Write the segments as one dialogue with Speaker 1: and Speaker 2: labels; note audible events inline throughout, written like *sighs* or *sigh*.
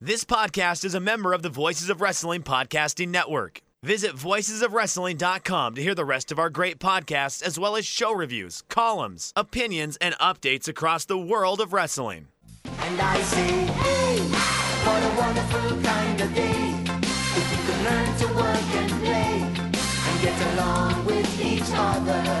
Speaker 1: This podcast is a member of the Voices of Wrestling Podcasting Network. Visit voicesofwrestling.com to hear the rest of our great podcasts, as well as show reviews, columns, opinions, and updates across the world of wrestling.
Speaker 2: And I say, hey, what a wonderful kind of day. If we could learn to work and play and get along with each other.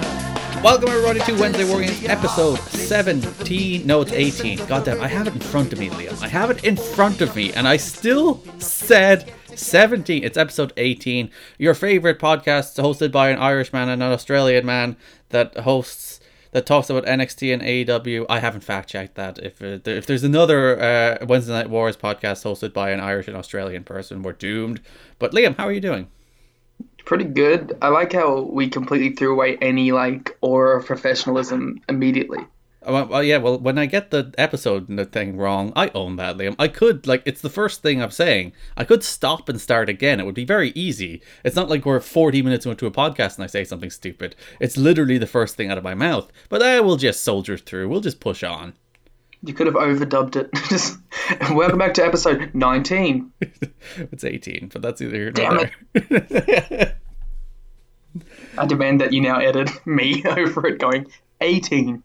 Speaker 3: Welcome everybody to Wednesday War Games, episode 17. No, it's 18. Goddamn, I have it in front of me, Liam. I have it in front of me, and I still said 17. It's episode 18. Your favorite podcast hosted by an Irishman and an Australian man that hosts that talks about NXT and AEW. I haven't fact checked that. If uh, there- if there's another uh, Wednesday Night Wars podcast hosted by an Irish and Australian person, we're doomed. But Liam, how are you doing?
Speaker 4: pretty good. I like how we completely threw away any like aura of professionalism immediately.
Speaker 3: Oh, Well, well, yeah. Well, when I get the episode and the thing wrong, I own that, Liam. I could like it's the first thing I'm saying. I could stop and start again. It would be very easy. It's not like we're 40 minutes into a podcast and I say something stupid. It's literally the first thing out of my mouth. But I will just soldier through. We'll just push on.
Speaker 4: You could have overdubbed it. *laughs* Just welcome back to episode 19.
Speaker 3: It's 18, but that's either here nor
Speaker 4: Damn
Speaker 3: there.
Speaker 4: it. I demand that you now edit *laughs* me over it going 18.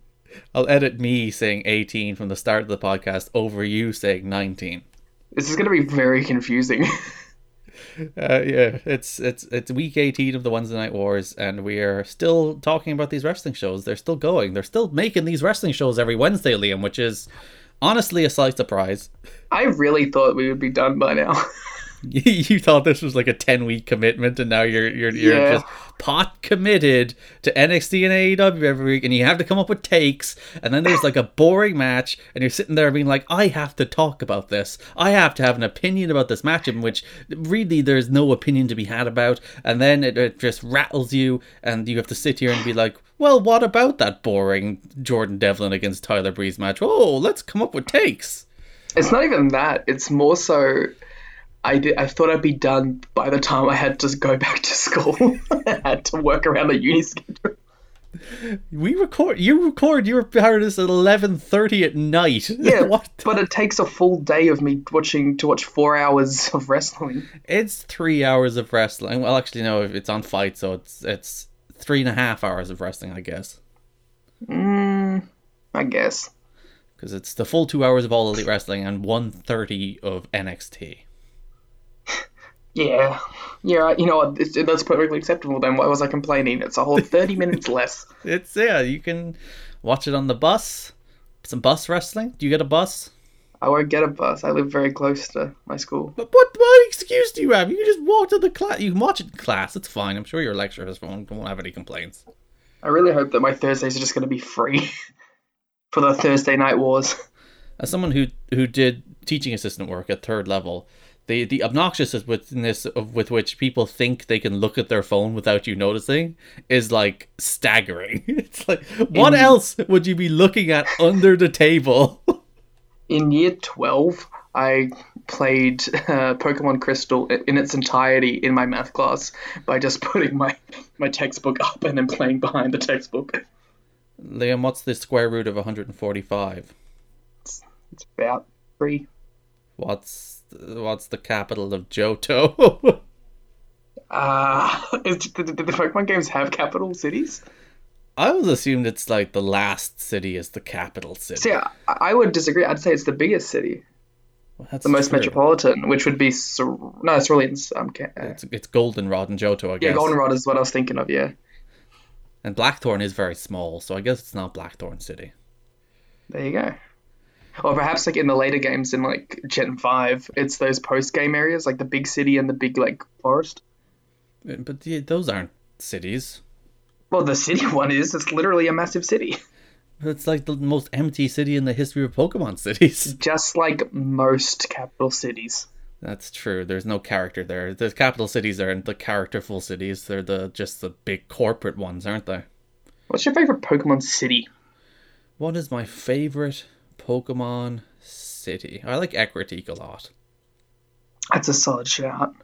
Speaker 3: I'll edit me saying 18 from the start of the podcast over you saying 19.
Speaker 4: This is going to be very confusing. *laughs*
Speaker 3: Uh, yeah, it's it's it's week eighteen of the Wednesday Night Wars, and we are still talking about these wrestling shows. They're still going. They're still making these wrestling shows every Wednesday, Liam, which is honestly a slight surprise.
Speaker 4: I really thought we would be done by now. *laughs*
Speaker 3: *laughs* you thought this was like a ten week commitment, and now you're you're, you're
Speaker 4: Yeah.
Speaker 3: just pot committed to NXT and AEW every week, and you have to come up with takes, and then there's like a boring match, and you're sitting there being like, I have to talk about this. I have to have an opinion about this matchup, in which really there's no opinion to be had about, and then it, it just rattles you, and you have to sit here and be like. Well, what about that boring Jordan Devlin against Tyler Breeze match? Oh, let's come up with takes.
Speaker 4: It's not even that. It's more so I did, I thought I'd be done by the time I had to go back to *laughs* school. I had to work around the uni schedule.
Speaker 3: We record. You record your powers at eleven thirty at night. *laughs*
Speaker 4: Yeah,
Speaker 3: what?
Speaker 4: *laughs* but it takes a full day of me watching to watch four hours *laughs* of wrestling.
Speaker 3: It's three hours of wrestling. Well, actually, no. It's on fight, so it's it's three and a half hours of wrestling, I guess,
Speaker 4: I guess.
Speaker 3: because it's the full two hours of all elite wrestling and one thirty of NXT.
Speaker 4: Yeah, yeah. You know what? It's- That's perfectly acceptable. Then why was I complaining? It's a whole thirty minutes less.
Speaker 3: It's yeah. You can watch it on the bus. Some bus wrestling. Do you get a bus?
Speaker 4: I won't get a bus. I live very close to my school.
Speaker 3: But what, what excuse do you have? You can just walk to the class. You can watch it in class. It's fine. I'm sure your lecturers won't won't have any complaints.
Speaker 4: I really hope that my Thursdays are just going to be free *laughs* for the Thursday night wars.
Speaker 3: as someone who who did teaching assistant work at third level the the obnoxiousness of with which people think they can look at their phone without you noticing is like staggering *laughs* it's like what else would you be looking at under the table *laughs*
Speaker 4: In year twelve, I played uh, Pokemon Crystal i- in its entirety in my math class by just *laughs* putting my my textbook up and then playing behind the textbook.
Speaker 3: liam what's the square root of 145
Speaker 4: It's about three.
Speaker 3: what's what's the capital of johto *laughs*
Speaker 4: Uh, *laughs* is, do, do do the Pokemon games have capital cities?
Speaker 3: i always assumed it's like the last city is the capital city
Speaker 4: See, I, I would disagree. I'd say it's the biggest city,
Speaker 3: That's
Speaker 4: the most
Speaker 3: true.
Speaker 4: metropolitan, which would be Cyr- no, it's really in, um, Ca- uh,
Speaker 3: it's, it's goldenrod and johto i
Speaker 4: yeah,
Speaker 3: guess
Speaker 4: Goldenrod is what I was thinking of. Yeah,
Speaker 3: And Blackthorn is very small, so I guess it's not Blackthorn City.
Speaker 4: there you go. Or perhaps like in the later games in like Gen Five, it's those post-game areas, like the big city and the big like forest.
Speaker 3: Uh, But the, those aren't cities.
Speaker 4: Well, the *laughs* city one is. It's literally a massive city,
Speaker 3: It's like the most empty city in the history of Pokemon *laughs* cities.
Speaker 4: just like most capital cities.
Speaker 3: That's true. There's no character there. The capital cities aren't the characterful cities. They're the just the big corporate ones, aren't they?
Speaker 4: What's your favorite Pokemon city?
Speaker 3: What is my favorite Pokemon city? I like Equiteak a lot.
Speaker 4: That's a solid shout.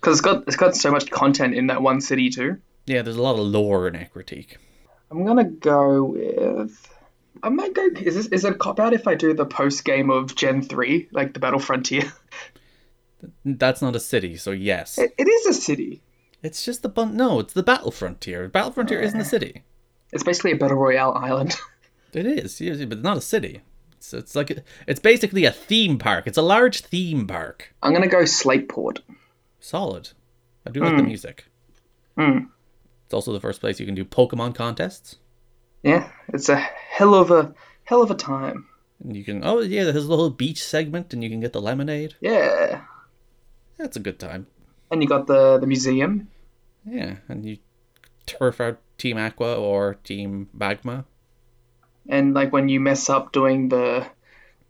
Speaker 4: Because it's got it's got so much content in that one city too.
Speaker 3: Yeah, there's a lot of lore in Equiteak.
Speaker 4: I'm gonna go with. I might go. Is this, is it a cop out if I do the post game of Gen Three, like the Battle Frontier? *laughs*
Speaker 3: That's not a city, so yes.
Speaker 4: It, it is a city.
Speaker 3: It's just the bun. No, it's the battle frontier. Battle frontier isn't a city.
Speaker 4: It's basically a battle royale island. *laughs*
Speaker 3: It is, yeah, but it's not a city. It's, it's like a- it's basically a theme park. It's a large theme park.
Speaker 4: I'm gonna go Slateport.
Speaker 3: Solid. I do like the music. It's also the first place you can do Pokemon contests.
Speaker 4: Yeah, it's a hell of a hell of a time.
Speaker 3: And you can oh yeah, there's a little beach segment, and you can get the lemonade.
Speaker 4: Yeah,
Speaker 3: That's a good time.
Speaker 4: and you got the the museum.
Speaker 3: Yeah, and you turf out Team Aqua or Team Magma.
Speaker 4: and like when you mess up doing the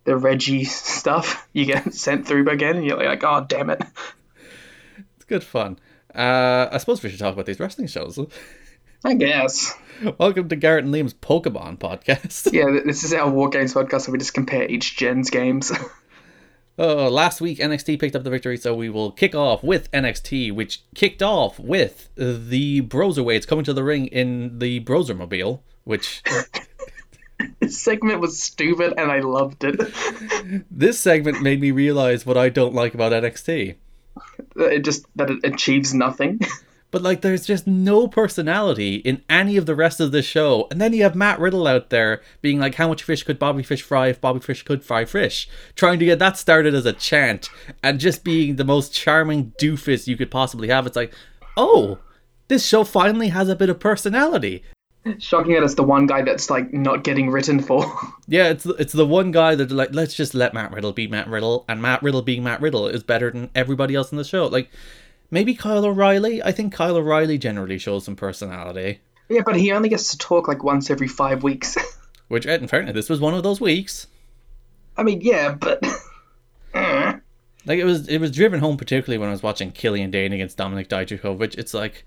Speaker 4: the Reggie *laughs* stuff, you get *laughs* sent through again, and you're like, oh damn it!
Speaker 3: It's good fun. Uh, I suppose we should talk about these wrestling shows. *laughs*
Speaker 4: I guess.
Speaker 3: Welcome to Garrett and Liam's Pokemon podcast. *laughs*
Speaker 4: Yeah, th- this is our War Games podcast, so we just compare each gen's games. *laughs*
Speaker 3: Oh, last week NXT picked up the victory, so we will kick off with NXT, which kicked off with the Broserweights coming to the ring in the Brosermobile, which
Speaker 4: this segment was stupid, and I loved it. *laughs*
Speaker 3: this segment made me realize what I don't like about NXT.
Speaker 4: It just that it achieves nothing. *laughs*
Speaker 3: But like, there's just no personality in any of the rest of the show. And then you have Matt Riddle out there being like, "How much fish could Bobby Fish fry if Bobby Fish could fry fish?" Trying to get that started as a chant and just being the most charming doofus you could possibly have. It's like, oh, this show finally has a bit of personality.
Speaker 4: Shocking that it's the one guy that's like not getting written for. *laughs*
Speaker 3: Yeah, it's it's the one guy that like let's just let Matt Riddle be Matt Riddle, and Matt Riddle being Matt Riddle is better than everybody else in the show. Like, maybe Kyle O'Reilly. I think Kyle O'Reilly generally shows some personality.
Speaker 4: yeah, but he only gets to talk like once every five weeks. *laughs*
Speaker 3: Which, in fairness, this was one of those weeks.
Speaker 4: I mean, yeah, but *laughs*
Speaker 3: Like it was, it was driven home particularly when I was watching Killian Dane against Dominic Dijakovic. It's like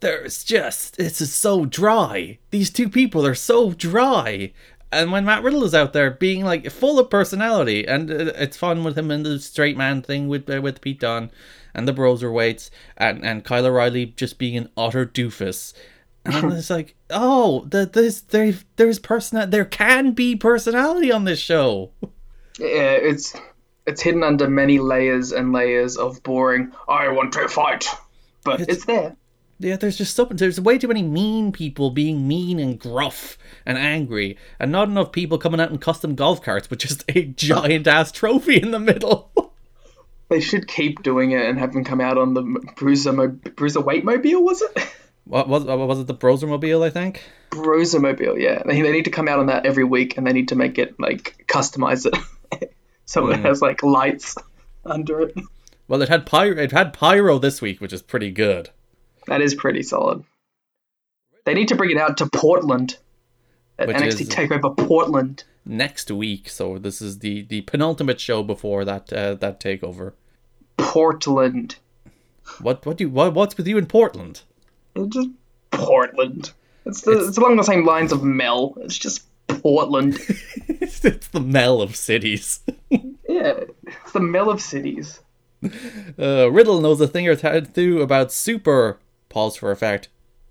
Speaker 3: there's just this is so dry. These two people are so dry. And when Matt Riddle is out there being like full of personality, and uh, it's fun with him and the straight man thing with uh, with Pete Dunne and the Broser weights and and Kyle O'Reilly just being an utter doofus. And it's like, oh, the, this there there's personal there can be personality on this show.
Speaker 4: yeah, it's it's hidden under many layers and layers of boring. I want to fight, but it's there.
Speaker 3: Yeah, there's just something. There's way too many mean people being mean and gruff and angry, and not enough people coming out in custom golf carts with just a giant ass trophy in the middle. *laughs*
Speaker 4: They should keep doing it and have them come out on the m- Bruiser Mo- Bruiser Weight Mobile, was it? *laughs*
Speaker 3: what was what was it? The Brosermobile, I think.
Speaker 4: Bruiser Mobile, yeah. They, they need to come out on that every week, and they need to make it like customize it, *laughs* so it has like lights under it.
Speaker 3: Well, it had pyro. It had pyro this week, which is pretty good.
Speaker 4: That is pretty solid. They need to bring it out to Portland, at
Speaker 3: Which
Speaker 4: NXT
Speaker 3: is-
Speaker 4: Takeover Portland.
Speaker 3: Next week, so this is the the penultimate show before that uh, that takeover.
Speaker 4: Portland,
Speaker 3: What what do you, what, what's with you in Portland? *laughs*
Speaker 4: it's just Portland. It's, the, it's along the same lines of Mel. It's just
Speaker 3: *laughs*
Speaker 4: Portland.
Speaker 3: it's the Mel of cities.
Speaker 4: yeah, it's the Mel of cities.
Speaker 3: Uh, Riddle knows a thing or two about super, pause for effect,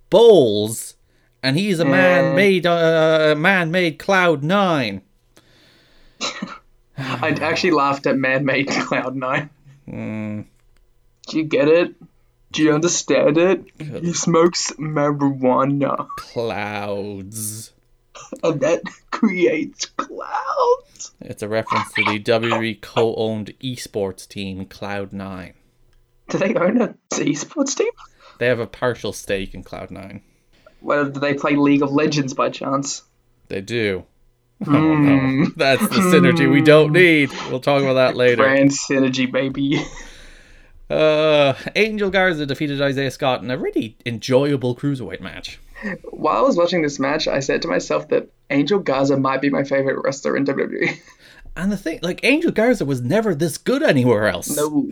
Speaker 3: bowls, and he's a man-made, uh, man-made cloud nine.
Speaker 4: I actually laughed at Man Made *laughs* Cloud Nine. Do you get it? Do you understand it? He smokes marijuana,
Speaker 3: Clouds.
Speaker 4: and that *laughs* creates clouds.
Speaker 3: It's a reference to the WWE co-owned esports team Cloud Nine.
Speaker 4: Do they own a esports team?
Speaker 3: They have a partial stake in Cloud Nine.
Speaker 4: Well, do they play League of Legends by chance?
Speaker 3: They do. *laughs* Oh no, that's the synergy we don't need. We'll talk about that later.
Speaker 4: Brand synergy, baby.
Speaker 3: Uh, Angel Garza defeated Isaiah Scott in a really enjoyable cruiserweight match.
Speaker 4: *laughs* While I was watching this match, I said to myself that Angel Garza might be my favorite wrestler in E. WWE.
Speaker 3: And the thing, like Angel Garza was never this good anywhere else.
Speaker 4: No.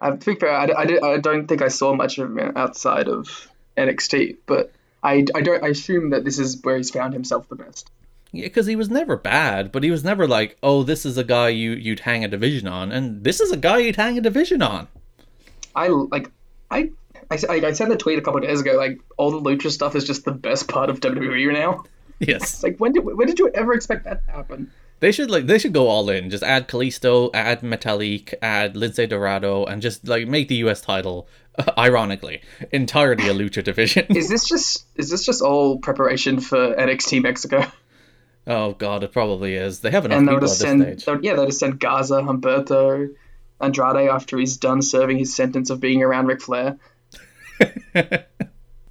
Speaker 4: I to be fair, I, I, did- I don't think I saw much of him outside of NXT, but I, I don't. I assume that this is where he's found himself the best.
Speaker 3: because he was never bad, but he was never like, oh, this is a guy you you'd hang a division on, and this is a guy you'd hang a division on. *laughs*
Speaker 4: I like I. I, s- I- I sent a tweet a couple of days ago, like, all the Lucha stuff is just the best part of WWE E now.
Speaker 3: Yes.
Speaker 4: It's like when did when did you ever expect that to happen?
Speaker 3: They should like they should go all in. Just add Kalisto, add Metalik, add Lindsay Dorado, and just like make the US title, *laughs* ironically, entirely a lucha division. *laughs*
Speaker 4: *laughs* Is this just is this just all preparation for NXT Mexico? *laughs*
Speaker 3: oh god, it probably is. They have enough
Speaker 4: And they'll
Speaker 3: people at
Speaker 4: just
Speaker 3: this
Speaker 4: send
Speaker 3: stage.
Speaker 4: they'll- yeah they'll just send Gaza, Humberto, Andrade after he's done serving his sentence of being around Ric
Speaker 3: *laughs*
Speaker 4: Flair. but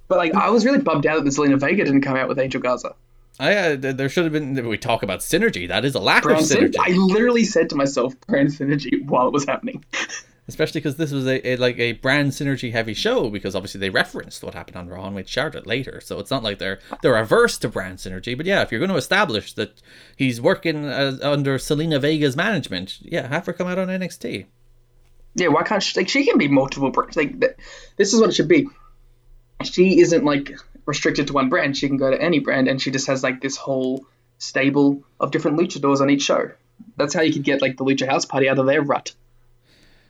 Speaker 4: like I was really bummed out that Zelina Vega didn't come out with Angel Gaza.
Speaker 3: I, uh, th- there should have been. We talk about synergy. That is a lack
Speaker 4: Brand
Speaker 3: of synergy,
Speaker 4: Synergy. I literally said to myself, brand synergy while it was happening.
Speaker 3: especially because this was a, a like a brand synergy heavy show. Because obviously they referenced what happened on Raw and with Charlotte later, so it's not like they're they're averse to brand synergy. But yeah, if you're going to establish that he's working as, under Selena Vega's management, yeah, have her come out on NXT.
Speaker 4: Yeah, why can't she? Like, she can be multiple brands. Like, th- this is what it should be. She isn't like restricted to one brand. She can go to any brand, and she just has like this whole stable of different luchadors on each show. That's how you could get like the Lucha House Party out of their rut.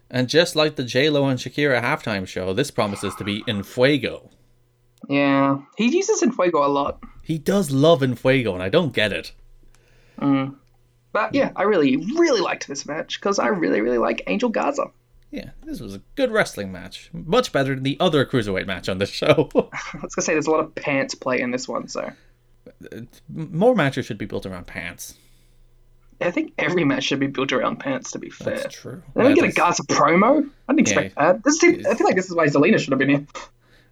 Speaker 3: And just like the J Lo and Shakira halftime show, this promises to be in fuego.
Speaker 4: Yeah, he uses Enfuego a lot,
Speaker 3: He does love in fuego, and I don't get it.
Speaker 4: but yeah, I really, really liked this match because I really, really like Angel Gaza.
Speaker 3: Yeah, this was a good wrestling match, much better than the other cruiserweight match on the show. *laughs*
Speaker 4: I was gonna say there's a lot of pants play in this one, so
Speaker 3: More matches should be built around pants.
Speaker 4: I think every match should be built around pants. To be fair,
Speaker 3: That's true.
Speaker 4: They don't
Speaker 3: Yeah,
Speaker 4: get a
Speaker 3: that's-
Speaker 4: Gaza promo. I didn't expect that. This seems, I feel like this is why Zelina should have been here.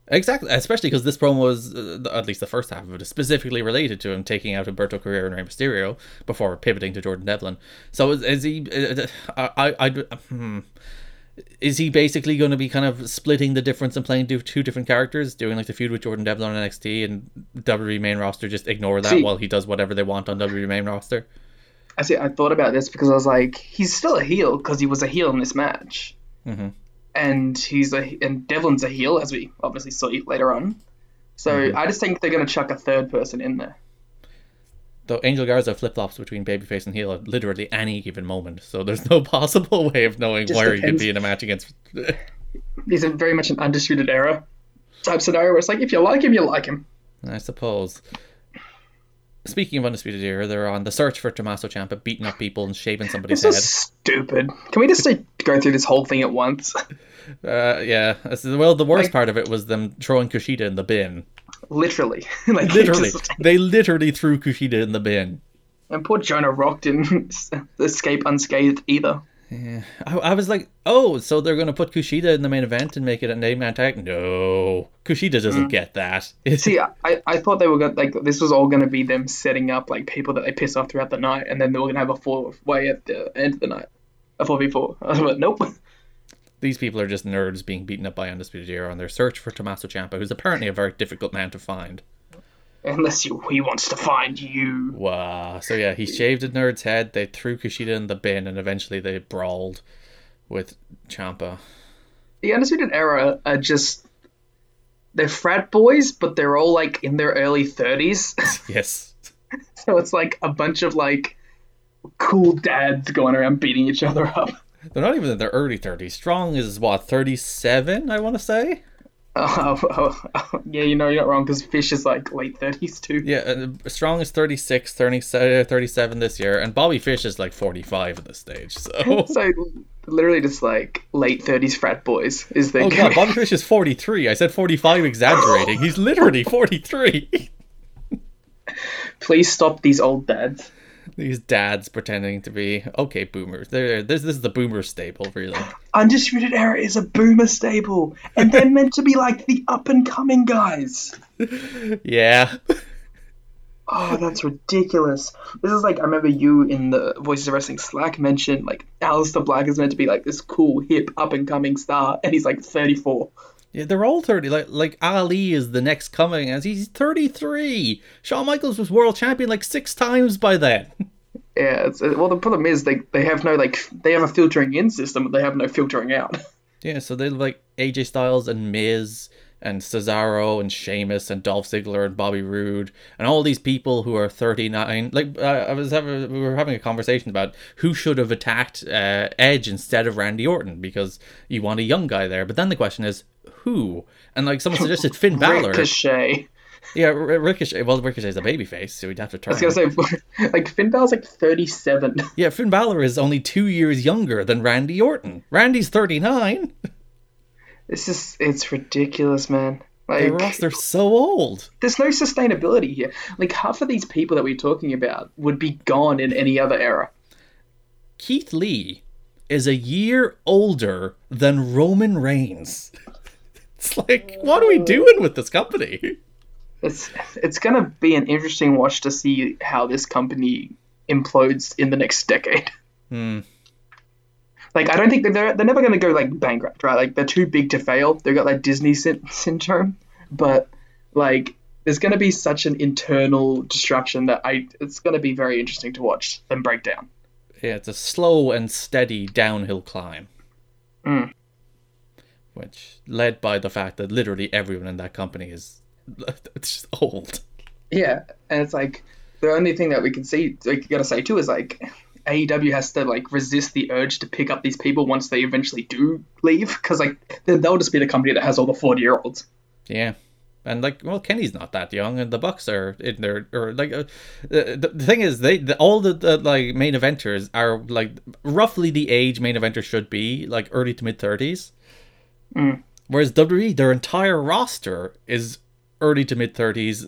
Speaker 3: Exactly, especially because this promo was, uh, th- at least the first half of it, is specifically related to him taking out Humberto Carrera and Rey Mysterio before pivoting to Jordan Devlin. So is, is he? Uh, I, I, I'd- hmm. Is he basically going to be kind of splitting the difference and playing do- two different characters, doing like the feud with Jordan Devlin on NXT and WWE main roster? Just ignore that
Speaker 4: See-
Speaker 3: while he does whatever they want on WWE main roster.
Speaker 4: I see. I thought about this because I was like, he's still a heel because he was a heel in this match, mm-hmm. and he's a and Devlin's a heel as we obviously saw later on. So
Speaker 3: Mm-hmm.
Speaker 4: I just think they're gonna chuck a third person in there.
Speaker 3: Though Angel Garza flip flops between babyface and heel at literally any given moment, so there's no *laughs* possible way of knowing
Speaker 4: Just
Speaker 3: where he could
Speaker 4: depends.
Speaker 3: be in a match against.
Speaker 4: He's a very much an undisputed era type scenario where it's like if you like him, you like him.
Speaker 3: I suppose. Speaking of Undisputed Era, they're on the search for Tommaso Ciampa, beating up people and shaving somebody's
Speaker 4: It's so
Speaker 3: head.
Speaker 4: stupid. Can we just like, go through this whole thing at once? *laughs*
Speaker 3: Uh, yeah. This is- Well, the worst
Speaker 4: Like-
Speaker 3: part of it was them throwing Kushida in the bin.
Speaker 4: literally, *laughs* like
Speaker 3: Literally.
Speaker 4: just-
Speaker 3: they literally threw Kushida in the bin.
Speaker 4: and poor Jonah Rock didn't *laughs* escape unscathed either.
Speaker 3: I, I was like, oh, so they're going to put Kushida in the main event and make it a name attack? No. Kushida doesn't get that. *laughs*
Speaker 4: See, I, I thought they were gonna like this was all gonna be them setting up like people that they piss off throughout the night, and then they were gonna have a four way at the end of the night, a four v four. *laughs* But nope.
Speaker 3: These people are just nerds being beaten up by Undisputed Era on their search for Tommaso Ciampa, who's apparently a very difficult man to find.
Speaker 4: Unless you, he wants to find you.
Speaker 3: Wow. So yeah, he shaved a nerd's head. They threw Kushida in the bin, and eventually they brawled with Champa.
Speaker 4: The Undisputed Era are just they're frat boys, but they're all like in their early thirties,
Speaker 3: *laughs*
Speaker 4: *laughs*
Speaker 3: Yes.
Speaker 4: so it's like a bunch of like cool dads going around beating each other up. *laughs*
Speaker 3: They're not even in their early thirties. Strong is what thirty-seven, I want to say.
Speaker 4: Oh, oh, oh, yeah, you know you're not wrong because Fish is like late thirties too.
Speaker 3: Yeah, uh, Strong is 36, 30, uh, 37 this year, and Bobby Fish is like forty-five at this stage. So.
Speaker 4: *laughs* So literally just like late thirties frat boys is the
Speaker 3: Oh god, Bobby Fish is forty-three. I said forty-five, exaggerating. He's literally forty-three. *laughs*
Speaker 4: please stop these old dads.
Speaker 3: These dads pretending to be okay boomers. They're, this this is the boomer staple, really.
Speaker 4: Undisputed Era is a boomer stable, and
Speaker 3: *laughs*
Speaker 4: they're meant to be like the up and coming guys.
Speaker 3: Yeah.
Speaker 4: Oh, that's ridiculous. This is like I remember you in the Voices of Wrestling Slack mentioned like Alistair Black is meant to be like this cool hip up and coming star, and he's like thirty four.
Speaker 3: Yeah, they're all thirty. Like like Ali is the next coming, as he's thirty three. Shawn Michaels was world champion like six times by then. *laughs*
Speaker 4: Yeah, it's, uh, well the problem is they they have no like f- they have a filtering in system, but they have no filtering out.
Speaker 3: yeah, so they like AJ Styles and Miz and Cesaro and Sheamus and Dolph Ziggler and Bobby Roode and all these people who are thirty nine. Like uh, I was having, we were having a conversation about who should have attacked uh, Edge instead of Randy Orton because you
Speaker 4: *laughs*
Speaker 3: want a young guy there. But then the question is who? And like someone suggested Finn Balor.
Speaker 4: Ricochet.
Speaker 3: Yeah, R- Ricochet. Well, Ricochet's a babyface, so we'd have to turn.
Speaker 4: I was gonna say, *laughs* like Finn Balor's like thirty-seven.
Speaker 3: Yeah, Finn Balor is only two years younger than Randy Orton. Randy's 39.
Speaker 4: It's just it's ridiculous, man.
Speaker 3: The
Speaker 4: Like
Speaker 3: roster's so old.
Speaker 4: there's no sustainability here. Like half of these people that we're talking about would be gone in any other era.
Speaker 3: Keith Lee is a year older than Roman Reigns. *laughs* It's like, what are we doing with this company?
Speaker 4: It's it's gonna be an interesting watch to see how this company implodes in the next decade. Like I don't think that they're they're never gonna go like bankrupt, right? Like they're too big to fail. They've got like Disney syn- syndrome, but like there's gonna be such an internal destruction that I it's gonna be very interesting to watch them break down.
Speaker 3: Yeah, it's a slow and steady downhill climb. Which led by the fact that literally everyone in that company is *laughs* it's just old.
Speaker 4: Yeah, and it's like the only thing that we can see, like you gotta say too, is like AEW has to like resist the urge to pick up these people once they eventually do leave, because like then they'll just be the company that has all the forty year olds.
Speaker 3: Yeah. And like, well, Kenny's not that young, and the Bucks are in their or like, uh, the, the thing is, they the, all the, the like main eventers are like roughly the age main eventers should be, like early to mid thirties. Whereas WWE, their entire roster is early to mid thirties,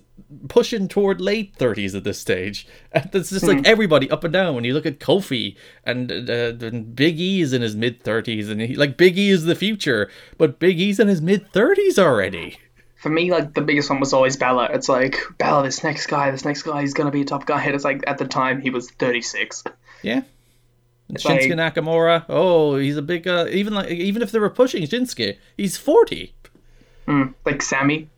Speaker 3: pushing toward late thirties at this stage. *laughs* And it's just like everybody up and down. When you look at Kofi and, uh, and Big E is in his mid thirties, and he, like Big E is the future, but Big E's in his mid thirties already.
Speaker 4: For me, like the biggest one was always Balor. It's like Balor, this next guy, this next guy, he's gonna be a top guy. And it's like at the time he was thirty six.
Speaker 3: Yeah. And
Speaker 4: like-
Speaker 3: Shinsuke Nakamura. Oh, he's a big. Uh, even like even if they were pushing Shinsuke, he's forty.
Speaker 4: Like Sammy,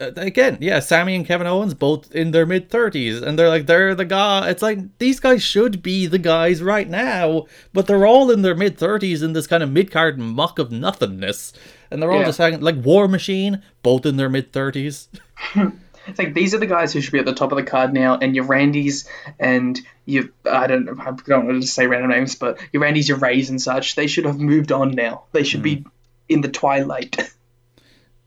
Speaker 3: Uh, again, yeah. Sammy and Kevin Owens both in their mid thirties, and they're like they're the guy. It's like these guys should be the guys right now, but they're all in their mid thirties in this kind of mid card muck of nothingness, and they're all
Speaker 4: Yeah.
Speaker 3: just hanging like War Machine, both in their mid thirties.
Speaker 4: It's like these are the guys who should be at the top of the card now, and your Randys and your I don't know, I don't want to say random names, but your Randys, your Rays, and such, they should have moved on now. They should
Speaker 3: Hmm.
Speaker 4: be in the twilight. *laughs*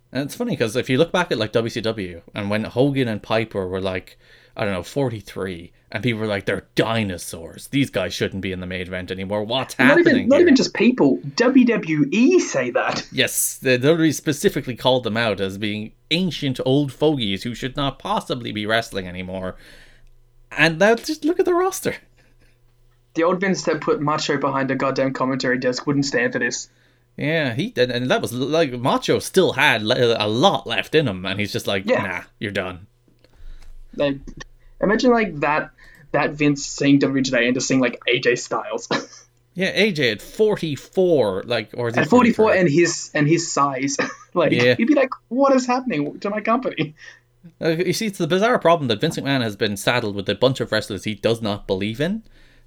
Speaker 3: And it's funny because if you look back at like WCW and when Hogan and Piper were like, I don't know, 43, and people were like, they're dinosaurs. These guys shouldn't be in the main event anymore. What's
Speaker 4: Not
Speaker 3: happening?
Speaker 4: even, not
Speaker 3: here?"
Speaker 4: even just people. WWE say that.
Speaker 3: Yes, they literally specifically called them out as being ancient old fogies who should not possibly be wrestling anymore. And now just look at the roster.
Speaker 4: The old Vince that put Macho behind a goddamn commentary desk wouldn't stand for this.
Speaker 3: Yeah, he and, and that was like Macho still had le- a lot left in him, and he's just like,
Speaker 4: Yeah.
Speaker 3: nah, you're done.
Speaker 4: Like, imagine like that that Vince seeing WWE today and just seeing like AJ Styles *laughs*
Speaker 3: Yeah, AJ at 44, like, or is he
Speaker 4: at 44
Speaker 3: 43?
Speaker 4: and his and his size. *laughs* like
Speaker 3: Yeah.
Speaker 4: he'd be like, what is happening to my company?
Speaker 3: Uh, you see, it's the bizarre problem that Vince McMahon has been saddled with a bunch of wrestlers he does not believe in.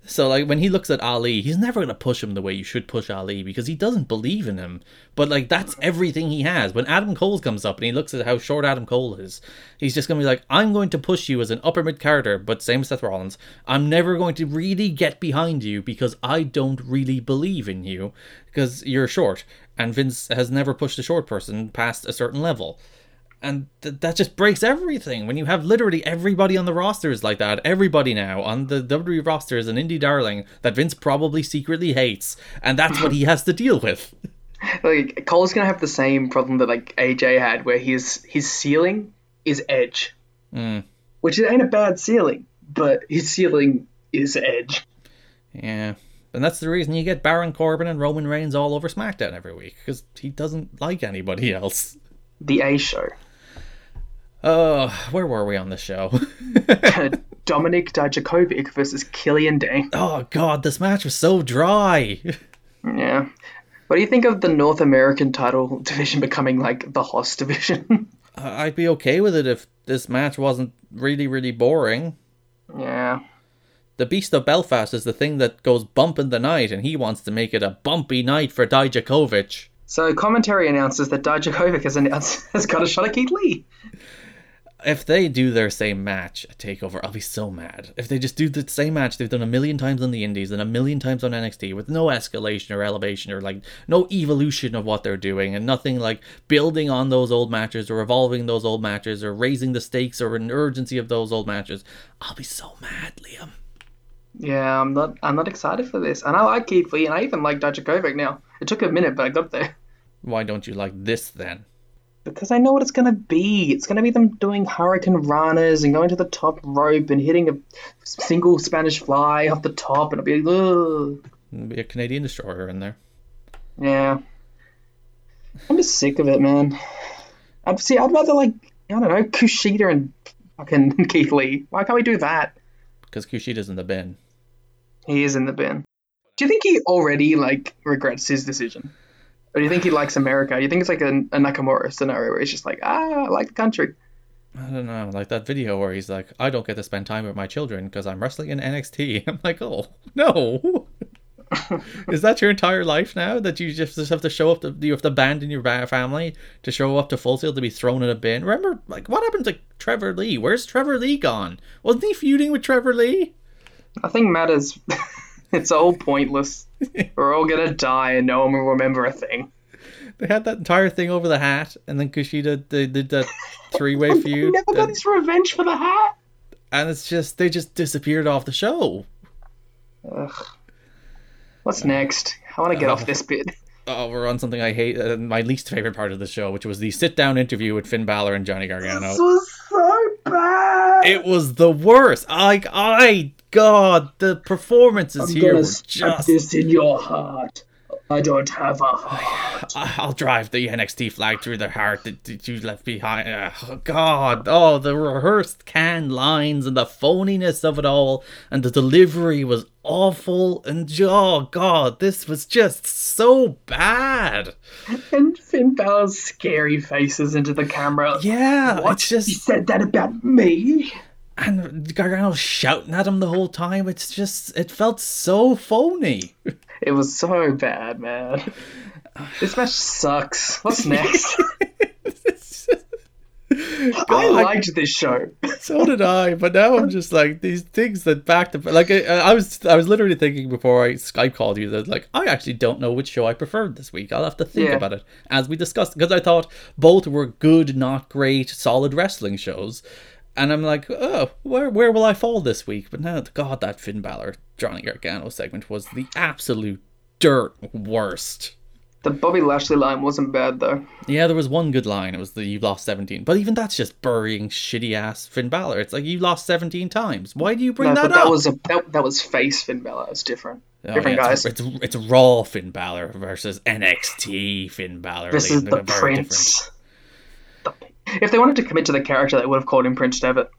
Speaker 3: So, like, when he looks at Ali, he's never going to push him the way you should push Ali because he doesn't believe in him. But, like, that's everything he has. When Adam Cole comes up and he looks at how short Adam Cole is, he's just going to be like, I'm going to push you as an upper mid carder, but same as Seth Rollins. I'm never going to really get behind you because I don't really believe in you because you're short. And Vince has never pushed a short person past a certain level and th- that just breaks everything when you have literally everybody on the roster is like that everybody now on the WWE roster is an indie darling that Vince probably secretly hates and that's what he has to deal with
Speaker 4: like Cole's gonna have the same problem that like AJ had, where his his ceiling is edge, which it ain't a bad ceiling, but his ceiling is edge.
Speaker 3: yeah and that's the reason you get Baron Corbin and Roman Reigns all over SmackDown every week because he doesn't like anybody else
Speaker 4: The A show.
Speaker 3: oh where were we on the show *laughs*
Speaker 4: Uh, Dominic Dijakovic versus Killian Dane.
Speaker 3: oh god this match was so dry *laughs*
Speaker 4: Yeah. What do you think of the North American title division becoming like the Hoss division? *laughs*
Speaker 3: I- I'd be okay with it if this match wasn't really really boring
Speaker 4: yeah.
Speaker 3: The Beast of Belfast is the thing that goes bump in the night, and he wants to make it a bumpy night for Dijakovic.
Speaker 4: *laughs* So commentary announces that Dijakovic has announced has got a shot at Keith Lee.
Speaker 3: If they do their same match at Takeover, I'll be so mad. If they just do the same match they've done a million times on the Indies and a million times on NXT with no escalation or elevation or like no evolution of what they're doing and nothing like building on those old matches or evolving those old matches or raising the stakes or an urgency of those old matches, I'll be so mad, Liam.
Speaker 4: Yeah, I'm not. I'm not excited for this, and I like Keith Lee, and I even like Dijakovic now. It took a minute, but I got there
Speaker 3: Why don't you like this then?
Speaker 4: because I know what it's gonna be. It's gonna be them doing hurricane ranas and going to the top rope and hitting a single Spanish fly off the top, and it'll be ugh.
Speaker 3: There'll Be a Canadian destroyer in there.
Speaker 4: Yeah. I'm just sick of it, man. I'd see. I'd rather like I don't know Kushida and fucking *laughs* Keith Lee. Why can't we do that?
Speaker 3: Because Kushida's in the bin.
Speaker 4: He is in the bin. Do you think he already like regrets his decision, or do you think he likes America? Do you think it's like a, a Nakamura scenario where he's just like, ah, I like the country.
Speaker 3: I don't know, like that video where he's like, I don't get to spend time with my children because I'm wrestling in NXT. *laughs* I'm like, oh, no. Is that your entire life now? That you just, just have to show up, to, you have to abandon your ba- family to show up to Full Sail to be thrown in a bin? Remember, like, what happened to Trevor Lee? Where's Trevor Lee gone? Wasn't he feuding with Trevor Lee?
Speaker 4: Nothing matters. *laughs* it's all
Speaker 3: *laughs*
Speaker 4: pointless. We're all gonna die, and no one will remember a thing.
Speaker 3: They had that entire thing over the hat, and then Kushida, they did that three way
Speaker 4: He
Speaker 3: feud.
Speaker 4: never got
Speaker 3: and-
Speaker 4: his revenge for the hat.
Speaker 3: and it's just, they just disappeared off the show.
Speaker 4: Ugh. What's next? I want to get off this bit.
Speaker 3: *laughs* Oh, we're on something I hate, uh, my least favorite part of the show, which was the sit-down interview with Finn Balor and Johnny Gargano.
Speaker 4: This was so bad.
Speaker 3: It was the worst. Like, I, God, the performances here were just. Oh,
Speaker 4: this in your heart. I don't have a heart.
Speaker 3: I- I'll drive the NXT flag through the heart that, that you left behind. Ugh, Oh, God, oh, the rehearsed canned lines and the phoniness of it all, and the delivery was awful. And oh, God, this was just so bad.
Speaker 4: And Finn Balor's scary faces into the camera.
Speaker 3: Yeah, it's
Speaker 4: You
Speaker 3: just.
Speaker 4: said that about me.
Speaker 3: and Gargano shouting at him the whole time. It's just it felt so phony.
Speaker 4: It was so bad, man. This match sucks. What's next?
Speaker 3: *laughs* Oh,
Speaker 4: I liked this show.
Speaker 3: so did I, but now I'm just like these things that back to like I, I was I was literally thinking before I Skype called you that like I actually don't know which show I preferred this week. I'll have to think
Speaker 4: Yeah.
Speaker 3: about it as we discussed because I thought both were good, not great, solid wrestling shows. And I'm like, oh, where where will I fall this week? But now, God, that Finn Balor Johnny Gargano segment was the absolute dirt worst.
Speaker 4: The Bobby Lashley line wasn't bad though.
Speaker 3: Yeah, there was one good line. It was the you lost 17. But even that's just burying shitty ass Finn Balor. It's like you lost 17 times. Why do you bring
Speaker 4: No,
Speaker 3: that
Speaker 4: but
Speaker 3: up?
Speaker 4: that was a that, that was face Finn Balor. It's different.
Speaker 3: Oh,
Speaker 4: different
Speaker 3: yeah,
Speaker 4: guys.
Speaker 3: It's, it's, it's raw Finn Balor versus NXT Finn Balor.
Speaker 4: this
Speaker 3: Like,
Speaker 4: is the
Speaker 3: they're very different.
Speaker 4: Prince. The- if they wanted to commit to the character, they would have called him Prince Devitt.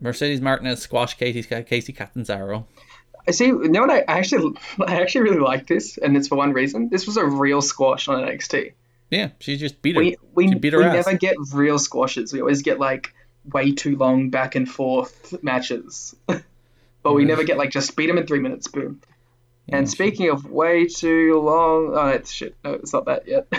Speaker 3: Mercedes Martinez squash Casey Casey Catanzaro.
Speaker 4: I see. You know what? I I actually, *laughs* I actually really like this, and it's for one reason. This was a real squash on NXT.
Speaker 3: Yeah, she just beat her.
Speaker 4: We we,
Speaker 3: she beat her
Speaker 4: we
Speaker 3: ass.
Speaker 4: never get real squashes. We always get like way too long back and forth matches, *laughs* but we never get like just beat him in three minutes, boom. and speaking of way too long, oh, it's shit. No, it's not that yet. *laughs*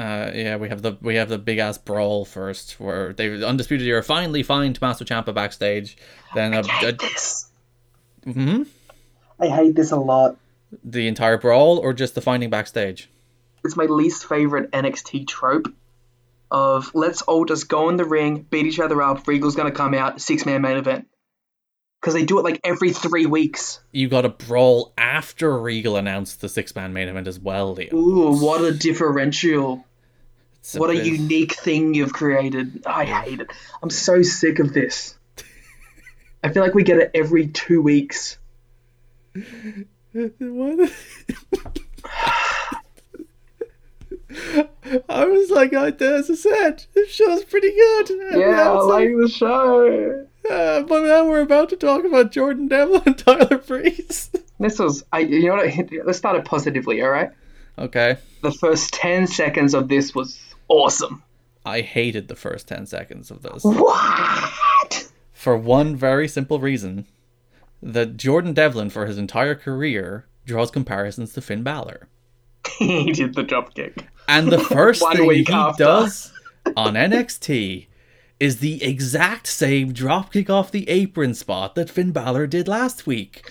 Speaker 3: Uh, yeah, we have the we have the big ass brawl first, where they undisputed era finally find Tommaso Ciampa backstage. Then uh, a, a,
Speaker 4: this.
Speaker 3: Mhm.
Speaker 4: I hate this a lot.
Speaker 3: the entire brawl, or just the finding backstage.
Speaker 4: It's my least favorite NXT trope. Of let's all just go in the ring, beat each other up. Regal's gonna come out, six man main event. Because they do it like every three weeks.
Speaker 3: you got a brawl after Regal announced the six man main event as well, Liam.
Speaker 4: Ooh, what a differential!
Speaker 3: It's
Speaker 4: What a
Speaker 3: bit-
Speaker 4: unique thing you've created. I hate it. I'm so sick of this. I feel like we get it every two weeks.
Speaker 3: What? *laughs* I was like, oh, I, as I said, this show's pretty good. And
Speaker 4: Yeah,
Speaker 3: now
Speaker 4: I
Speaker 3: it's
Speaker 4: like the show.
Speaker 3: uh, but now we're about to talk about Jordan Devlin and *laughs* Tyler Breeze.
Speaker 4: This was, I, you know what? Let's start it positively, all right?
Speaker 3: Okay.
Speaker 4: The first 10 seconds of this was awesome. *laughs*
Speaker 3: I hated the first 10 seconds of this.
Speaker 4: What?
Speaker 3: for one very simple reason that Jordan Devlin, for his entire career, draws comparisons to Finn Balor.
Speaker 4: he did the drop kick.
Speaker 3: And
Speaker 4: *laughs*
Speaker 3: the first
Speaker 4: One
Speaker 3: thing he
Speaker 4: week after.
Speaker 3: does on NXT is the exact same dropkick off the apron spot that Finn Balor did last week.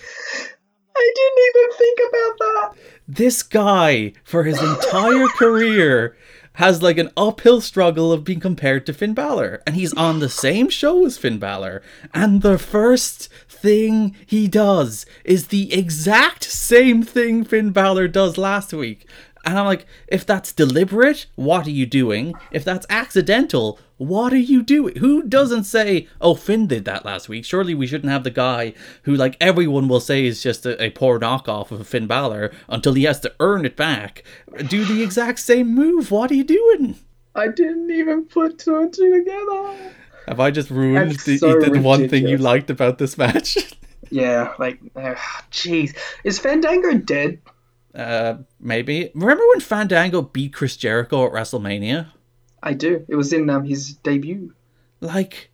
Speaker 4: I didn't even think about that.
Speaker 3: This guy, for his entire
Speaker 4: *laughs*
Speaker 3: career, has like an uphill struggle of being compared to Finn Balor. And he's on the same show as Finn Balor. And the first thing he does is the exact same thing Finn Balor does last week. And I'm like, if that's deliberate, what are you doing? If that's accidental, what are you doing? Who doesn't say, oh, Finn did that last week? Surely we shouldn't have the guy who, like, everyone will say is just a, a poor knockoff of Finn Balor until he has to earn it back. Do the exact same move. What are you doing?
Speaker 4: I didn't even put two and two together.
Speaker 3: Have I just ruined
Speaker 4: That's
Speaker 3: the,
Speaker 4: so
Speaker 3: the one thing you
Speaker 4: ridiculous.
Speaker 3: liked about this match? *laughs*
Speaker 4: Yeah, like, uh, jeez, is Fandango dead?
Speaker 3: uh, maybe. Remember when Fandango beat Chris Jericho at WrestleMania?
Speaker 4: I do. It was in um, his debut.
Speaker 3: like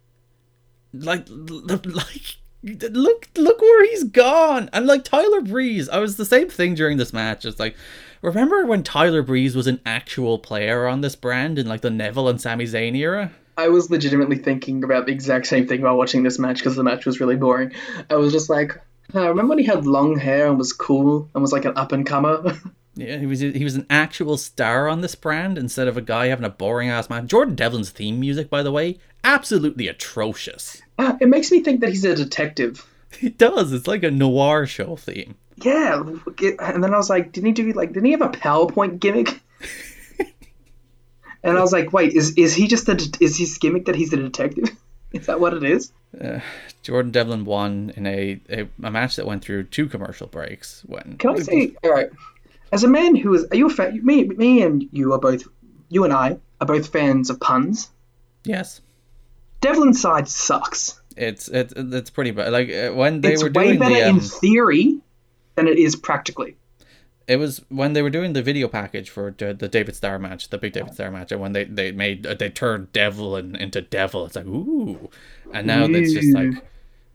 Speaker 3: like *laughs* l- like look look where he's gone and like tyler breeze i was the same thing during this match it's like remember when tyler breeze was an actual player on this brand in like the neville and Sami Zayn era
Speaker 4: I was legitimately thinking about the exact same thing while watching this match because the match was really boring. I was just like, I remember when he had long hair and was cool and was like an up and *laughs* comer.
Speaker 3: yeah he was he was an actual star on this brand instead of a guy having a boring ass match jordan devlin's theme music by the way absolutely atrocious *laughs*
Speaker 4: Uh, it makes me think that he's a detective.
Speaker 3: it does it's like a noir show theme
Speaker 4: Yeah, look it- and then I was like, didn't he do like? Didn't he have a PowerPoint gimmick? *laughs* and I was like, wait, is is he just a? det- Is his gimmick that he's a detective? *laughs* Is that what it is?
Speaker 3: jordan devlin won in a, a, a match that went through two commercial breaks when
Speaker 4: Can I say, all right, as a man who is, are you a fan? Me, me, and you are both, you and I are both fans of puns.
Speaker 3: yes
Speaker 4: Devlin's side sucks.
Speaker 3: It's it's it's pretty bad. Like uh, when they
Speaker 4: It's
Speaker 3: were
Speaker 4: way
Speaker 3: doing
Speaker 4: better
Speaker 3: the
Speaker 4: in
Speaker 3: um,
Speaker 4: theory than it is practically.
Speaker 3: it was when they were doing the video package for the, the David Starr match, the big David Starr match, and when they they made uh, they turned Devil and into Devil. It's like ooh, and now it's just like,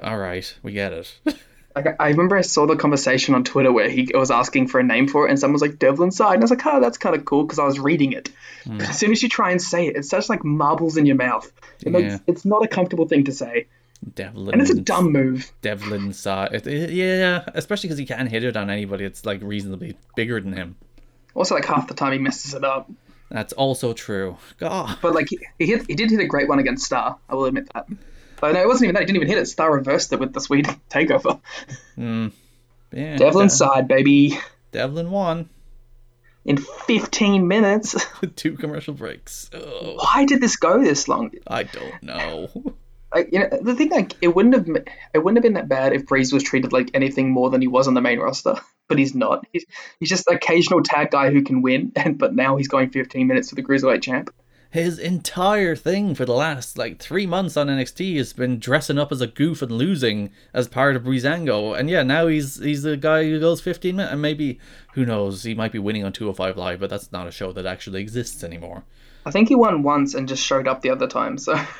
Speaker 3: all right, we get it. *laughs*
Speaker 4: Like I- I remember I saw the conversation on Twitter where he was asking for a name for it, and someone was like Devlin's side, and I was like, oh, that's kind of cool because I was reading it.
Speaker 3: Hmm.
Speaker 4: But as soon as you try and say it, it's such like marbles in your mouth. It
Speaker 3: Yeah. Hmm.
Speaker 4: makes, it's not a comfortable thing to say,
Speaker 3: Devlin
Speaker 4: and it's a dumb move.
Speaker 3: Devlin saw it, it- yeah, especially because he can't hit it on anybody. It's like reasonably bigger than him.
Speaker 4: Also, like half the time he messes it up.
Speaker 3: That's also true. God,
Speaker 4: But like he, he, hit, he did hit a great one against Star. I will admit that. But no, it wasn't even that. He didn't even hit it. Star reversed it with the sweet *laughs* takeover.
Speaker 3: yeah,
Speaker 4: Devlin's
Speaker 3: De-
Speaker 4: side, baby.
Speaker 3: Devlin won
Speaker 4: In 15 minutes.
Speaker 3: *laughs* two commercial breaks. Oh,
Speaker 4: Why did this go this long?
Speaker 3: I don't know. *laughs*
Speaker 4: Like you know, the thing like it wouldn't have ma- it wouldn't have been that bad if Breeze was treated like anything more than he was on the main roster. *laughs* But he's not. He's, he's just an occasional tag guy who can win. *laughs* And but now he's going 15 minutes for the cruiserweight champ.
Speaker 3: His entire thing for the last like three months on NXT has been dressing up as a goof and losing as part of Breezango, and yeah, now he's he's the guy who goes 15 minutes, and maybe who knows, he might be winning on 205 Live, but that's not a show that actually exists anymore.
Speaker 4: I think he won once and just showed up the other time. So *laughs*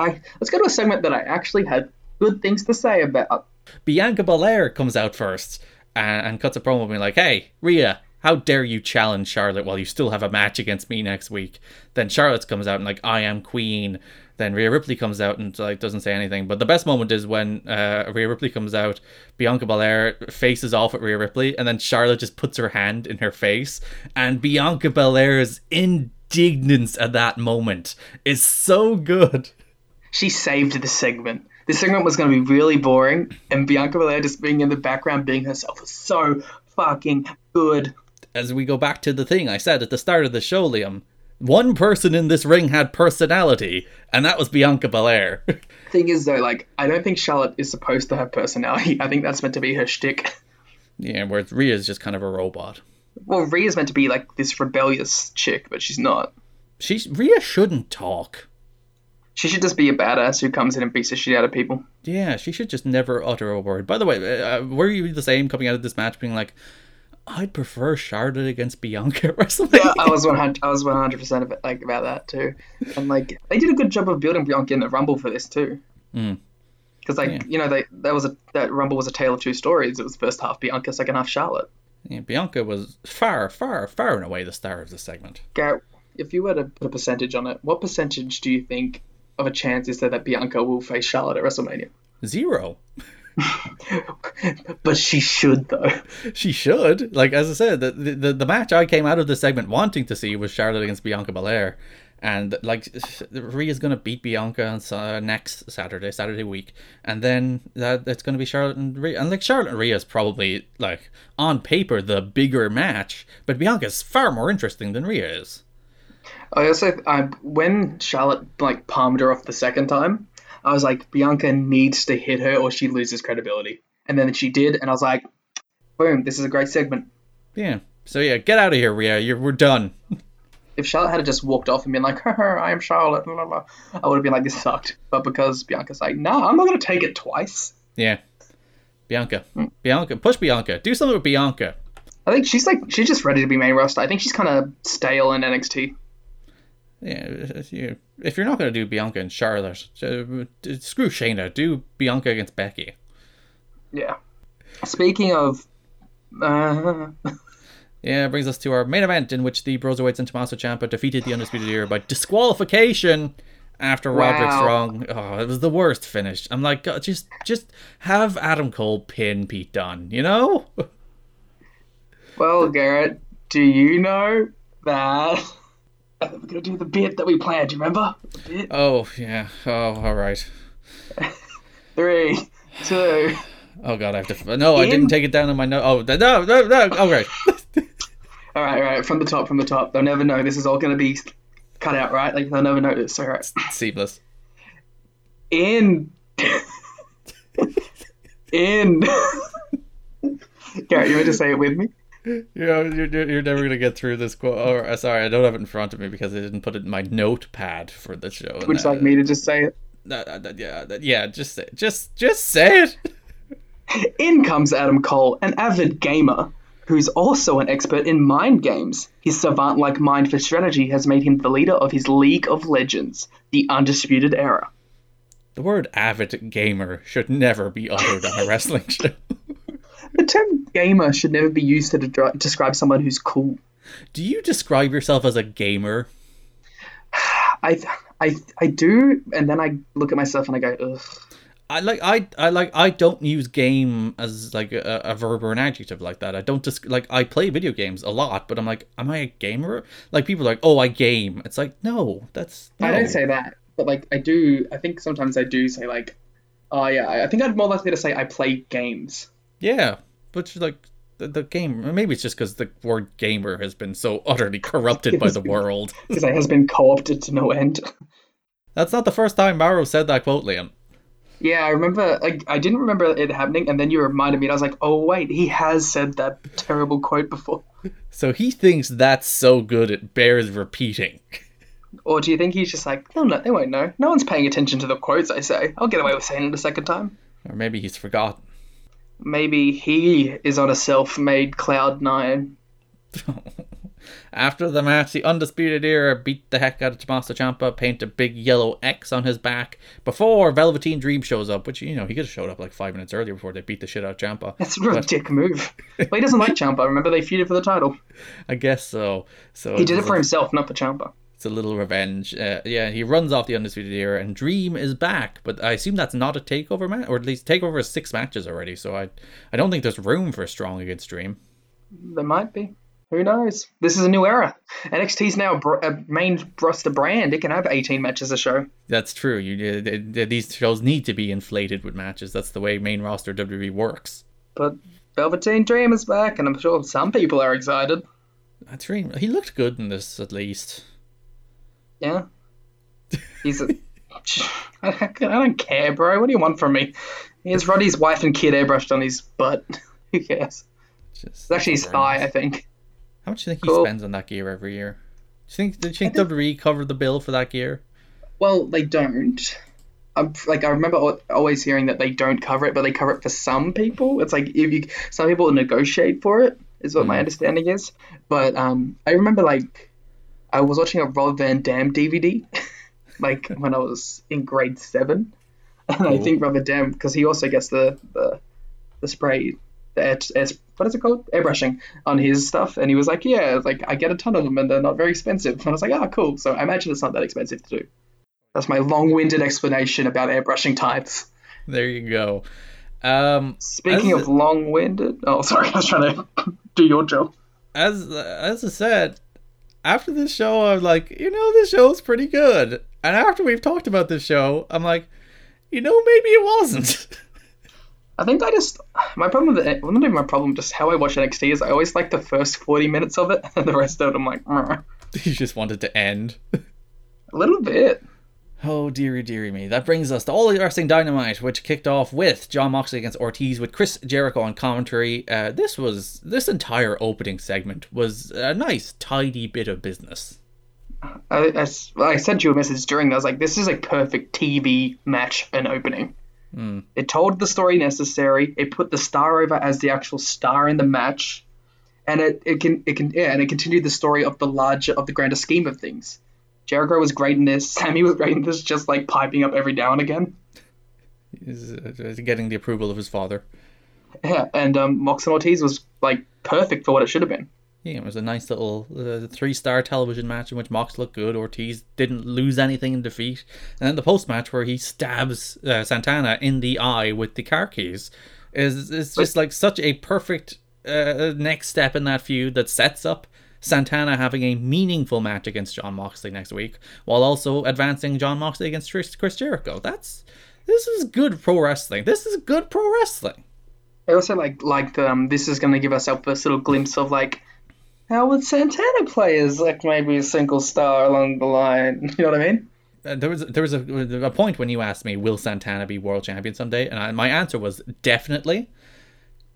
Speaker 4: I, let's go to a segment that I actually had good things to say about.
Speaker 3: Bianca Belair comes out first and, and cuts a promo, being like, "Hey, Rhea, how dare you challenge Charlotte while you still have a match against me next week?" Then Charlotte comes out and like, "I am queen." Then Rhea Ripley comes out and like doesn't say anything. But the best moment is when uh, Rhea Ripley comes out, Bianca Belair faces off at Rhea Ripley, and then Charlotte just puts her hand in her face, and Bianca Belair's indignance at that moment is so good.
Speaker 4: she saved this segment. This segment was going to be really boring, and Bianca Belair just being in the background being herself was so fucking good.
Speaker 3: as we go back to the thing I said at the start of the show, Liam, one person in this ring had personality, and that was Bianca Belair. *laughs*
Speaker 4: Thing is, though, like, I don't think Charlotte is supposed to have personality. I think that's meant to be her shtick.
Speaker 3: yeah, whereas Rhea's just kind of a robot.
Speaker 4: Well, Rhea's meant to be, like, this rebellious chick, but she's not.
Speaker 3: She Rhea shouldn't talk.
Speaker 4: She should just be a badass who comes in and beats the shit out of people.
Speaker 3: Yeah, she should just never utter a word. By the way, uh, were you the same coming out of this match being like, I'd prefer Charlotte against Bianca at *laughs* WrestleMania?
Speaker 4: I I was 100, I was 100% about, like, about that, too. And, like, they did a good job of building Bianca in the Rumble for this, too. Because, like, you know, they, that was a, that Rumble was a tale of two stories. It was first half Bianca, second half Charlotte.
Speaker 3: Yeah, Bianca was far, far, far and away the star of the segment.
Speaker 4: Garrett, if you were to put a percentage on it, what percentage do you think of a chance is there that Bianca will face Charlotte at WrestleMania?
Speaker 3: Zero.
Speaker 4: But she should, though.
Speaker 3: She should. Like as I said, the, the the match I came out of this segment wanting to see was Charlotte against Bianca Belair, and like Rhea's gonna beat Bianca on Sa- next Saturday, Saturday week, and then that it's gonna be Charlotte and Rhea, and like Charlotte and Rhea is probably like on paper the bigger match, but Bianca's far more interesting than Rhea is.
Speaker 4: I also, I, when Charlotte like palmed her off the second time, I was like, Bianca needs to hit her or she loses credibility. And then she did, and I was like, boom, this is a great segment.
Speaker 3: Yeah. So yeah, get out of here, Rhea. You're we're done.
Speaker 4: If Charlotte had just walked off and been like, *laughs* Haha, I am Charlotte, blah, blah, blah, I would have been like, this sucked. But because Bianca's like, nah, I'm not going to take it twice.
Speaker 3: Yeah. Bianca. Bianca. Push Bianca. Do something with Bianca.
Speaker 4: I think she's like, she's just ready to be main roster. I think she's kind of stale in NXT.
Speaker 3: Yeah, if you- if you're not going to do Bianca and Charlotte, uh, d- screw Shayna. Do Bianca against Becky.
Speaker 4: Yeah. Speaking of. Uh,
Speaker 3: Yeah, brings us to our main event in which the Broserweights and Tommaso Ciampa defeated the Undisputed Era by disqualification after Roderick
Speaker 4: Wow.
Speaker 3: Strong. Oh, it was the worst finish. I'm like, God, just just have Adam Cole pin Pete Dunne, you know?
Speaker 4: well, Garrett, do you know that. *laughs* We're going to do the bit that we planned, do you remember? The bit?
Speaker 3: Oh, yeah. Oh, all right.
Speaker 4: Three, two. *laughs*
Speaker 3: Oh, God, I have to. No, I
Speaker 4: In-
Speaker 3: didn't take it down on my note. Oh, th- no, no, no. Oh, right.
Speaker 4: All right, all right, from the top, from the top. They'll never know. This is all going to be cut out, right? Like they'll never notice. All right.
Speaker 3: Seamless.
Speaker 4: In. *laughs* In. *laughs* Garrett, you want to say it with me?
Speaker 3: You know, you're, you're you're never going to get through this quote. Or, uh, sorry, I don't have it in front of me because I didn't put it in my notepad for the show. and
Speaker 4: Would you
Speaker 3: that-
Speaker 4: like me to just say it?
Speaker 3: that- that- that- yeah, that- yeah, just say, just, just say it.
Speaker 4: In comes Adam Cole, an avid gamer who's also an expert in mind games. His savant like mind for strategy has made him the leader of his League of Legends, the Undisputed Era.
Speaker 3: The word avid gamer should never be uttered on a wrestling show.
Speaker 4: The term gamer should never be used to de- describe someone who's cool.
Speaker 3: Do you describe yourself as a gamer?
Speaker 4: I, I, I do, and then I look at myself and I go, ugh.
Speaker 3: I like I I like I don't use game as like a, a verb or an adjective like that. I don't just like I play video games a lot, but I'm like, am I a gamer? Like people are like, oh, I game. It's like no, that's no.
Speaker 4: I don't say that, but like I do. I think sometimes I do say like, oh yeah. I I think I'd more likely to say I play games.
Speaker 3: Yeah, but you're like the, the game. Maybe it's just because the word gamer has been so *laughs* utterly corrupted by the world.
Speaker 4: Because it has been co-opted to no end. *laughs*
Speaker 3: That's not the first time Mauro said that quote, Liam.
Speaker 4: yeah, I remember. Like I didn't remember it happening, and then you reminded me, and I was like, oh wait, he has said that terrible quote before.
Speaker 3: So he thinks that's so good it bears repeating. *laughs*
Speaker 4: Or do you think he's just like, they'll no, they won't know. No one's paying attention to the quotes I say. I'll get away with saying it a second time.
Speaker 3: Or maybe he's forgotten.
Speaker 4: Maybe he is on a self-made cloud nine.
Speaker 3: After the match, the Undisputed Era beat the heck out of Tommaso Ciampa, paint a big yellow X on his back before Velveteen Dream shows up, which, you know, he could have showed up like five minutes earlier before they beat the shit out of Ciampa.
Speaker 4: That's a real dick move. Well, he doesn't like Champa. Remember, they feuded for the title.
Speaker 3: I guess so. So
Speaker 4: He did it
Speaker 3: was
Speaker 4: for
Speaker 3: a-
Speaker 4: himself, not for Champa.
Speaker 3: It's a little revenge. Uh, yeah, he runs off the Undisputed Era, and Dream is back. But I assume that's not a takeover match, or at least takeover is six matches already. So I, I don't think there's room for Strong against Dream.
Speaker 4: There might be. Who knows? This is a new era. NXT's now a, br- a main roster brand. It can have 18 matches a show.
Speaker 3: That's true. You uh, th- th- these shows need to be inflated with matches. That's the way main roster WWE E works.
Speaker 4: But Velveteen Dream is back, and I'm sure some people are excited.
Speaker 3: Uh, Dream, he looked good in this at least.
Speaker 4: Yeah. He's a. *laughs* I don't care, bro. What do you want from me? He has Roddy's wife and kid airbrushed on his butt. *laughs* Who cares?
Speaker 3: Just,
Speaker 4: It's actually his thigh, I think.
Speaker 3: how much do you think he
Speaker 4: Cool.
Speaker 3: spends on that gear every year? Do you think? Do you think WWE covered the bill for that gear?
Speaker 4: Well, they don't. I'm like I remember al- always hearing that they don't cover it, but they cover it for some people. It's like if you some people negotiate for it is what my understanding is. But um, I remember like I was watching a Rob Van Dam DVD, *laughs* like when I was in grade *laughs* seven, and I think Rob Van Dam because he also gets the the, the spray it's, what is it called airbrushing on his stuff, and he was like, yeah, it's like I get a ton of them and they're not very expensive. And I was like, ah, cool. So I imagine it's not that expensive to do. That's my long-winded explanation about airbrushing types.
Speaker 3: There you go. Um,
Speaker 4: Speaking
Speaker 3: as-
Speaker 4: of long-winded, oh *laughs* sorry, I was trying to *laughs* do your job.
Speaker 3: as as I said, after this show, I'm like, you know, this show's pretty good. And after we've talked about this show, I'm like, you know, maybe it wasn't. *laughs*
Speaker 4: I think I just my problem with it, well, not even my problem, just how I watch NXT is I always like the first forty minutes of it, *laughs* and the rest of it I'm like, "Meh."
Speaker 3: you just wanted to end. *laughs*
Speaker 4: a little bit.
Speaker 3: Oh dearie, dearie me. That brings us to All the Wrestling Dynamite, which kicked off with John Moxley against Ortiz, with Chris Jericho on commentary. Uh, this was this entire opening segment was a nice, tidy bit of business.
Speaker 4: I, I s- I sent you a message during that. I was like, this is a perfect TV match and opening. It told the story necessary. It put the star over as the actual star in the match, and it, it can it can yeah, and it continued the story of the larger of the grander scheme of things. Jericho was great in this. *laughs* Sammy was great in this, just like piping up every now and again.
Speaker 3: He's, uh, getting the approval of his father.
Speaker 4: Yeah, and um, Mox and Ortiz was like perfect for what it should have been.
Speaker 3: Yeah, it was a nice little uh, three-star television match in which Mox looked good. Ortiz didn't lose anything in defeat, and then the post-match where he stabs uh, Santana in the eye with the car keys is is just like such a perfect uh, next step in that feud that sets up Santana having a meaningful match against John Moxley next week, while also advancing John Moxley against Chris, Chris Jericho. That's this is good pro wrestling. This is good pro wrestling.
Speaker 4: I also like like um, this is going to give us our first little glimpse of like how would Santana play as like maybe a single star along the line. *laughs* You know what I mean?
Speaker 3: Uh, there was there was a, a point when you asked me will Santana be world champion someday and I, my answer was definitely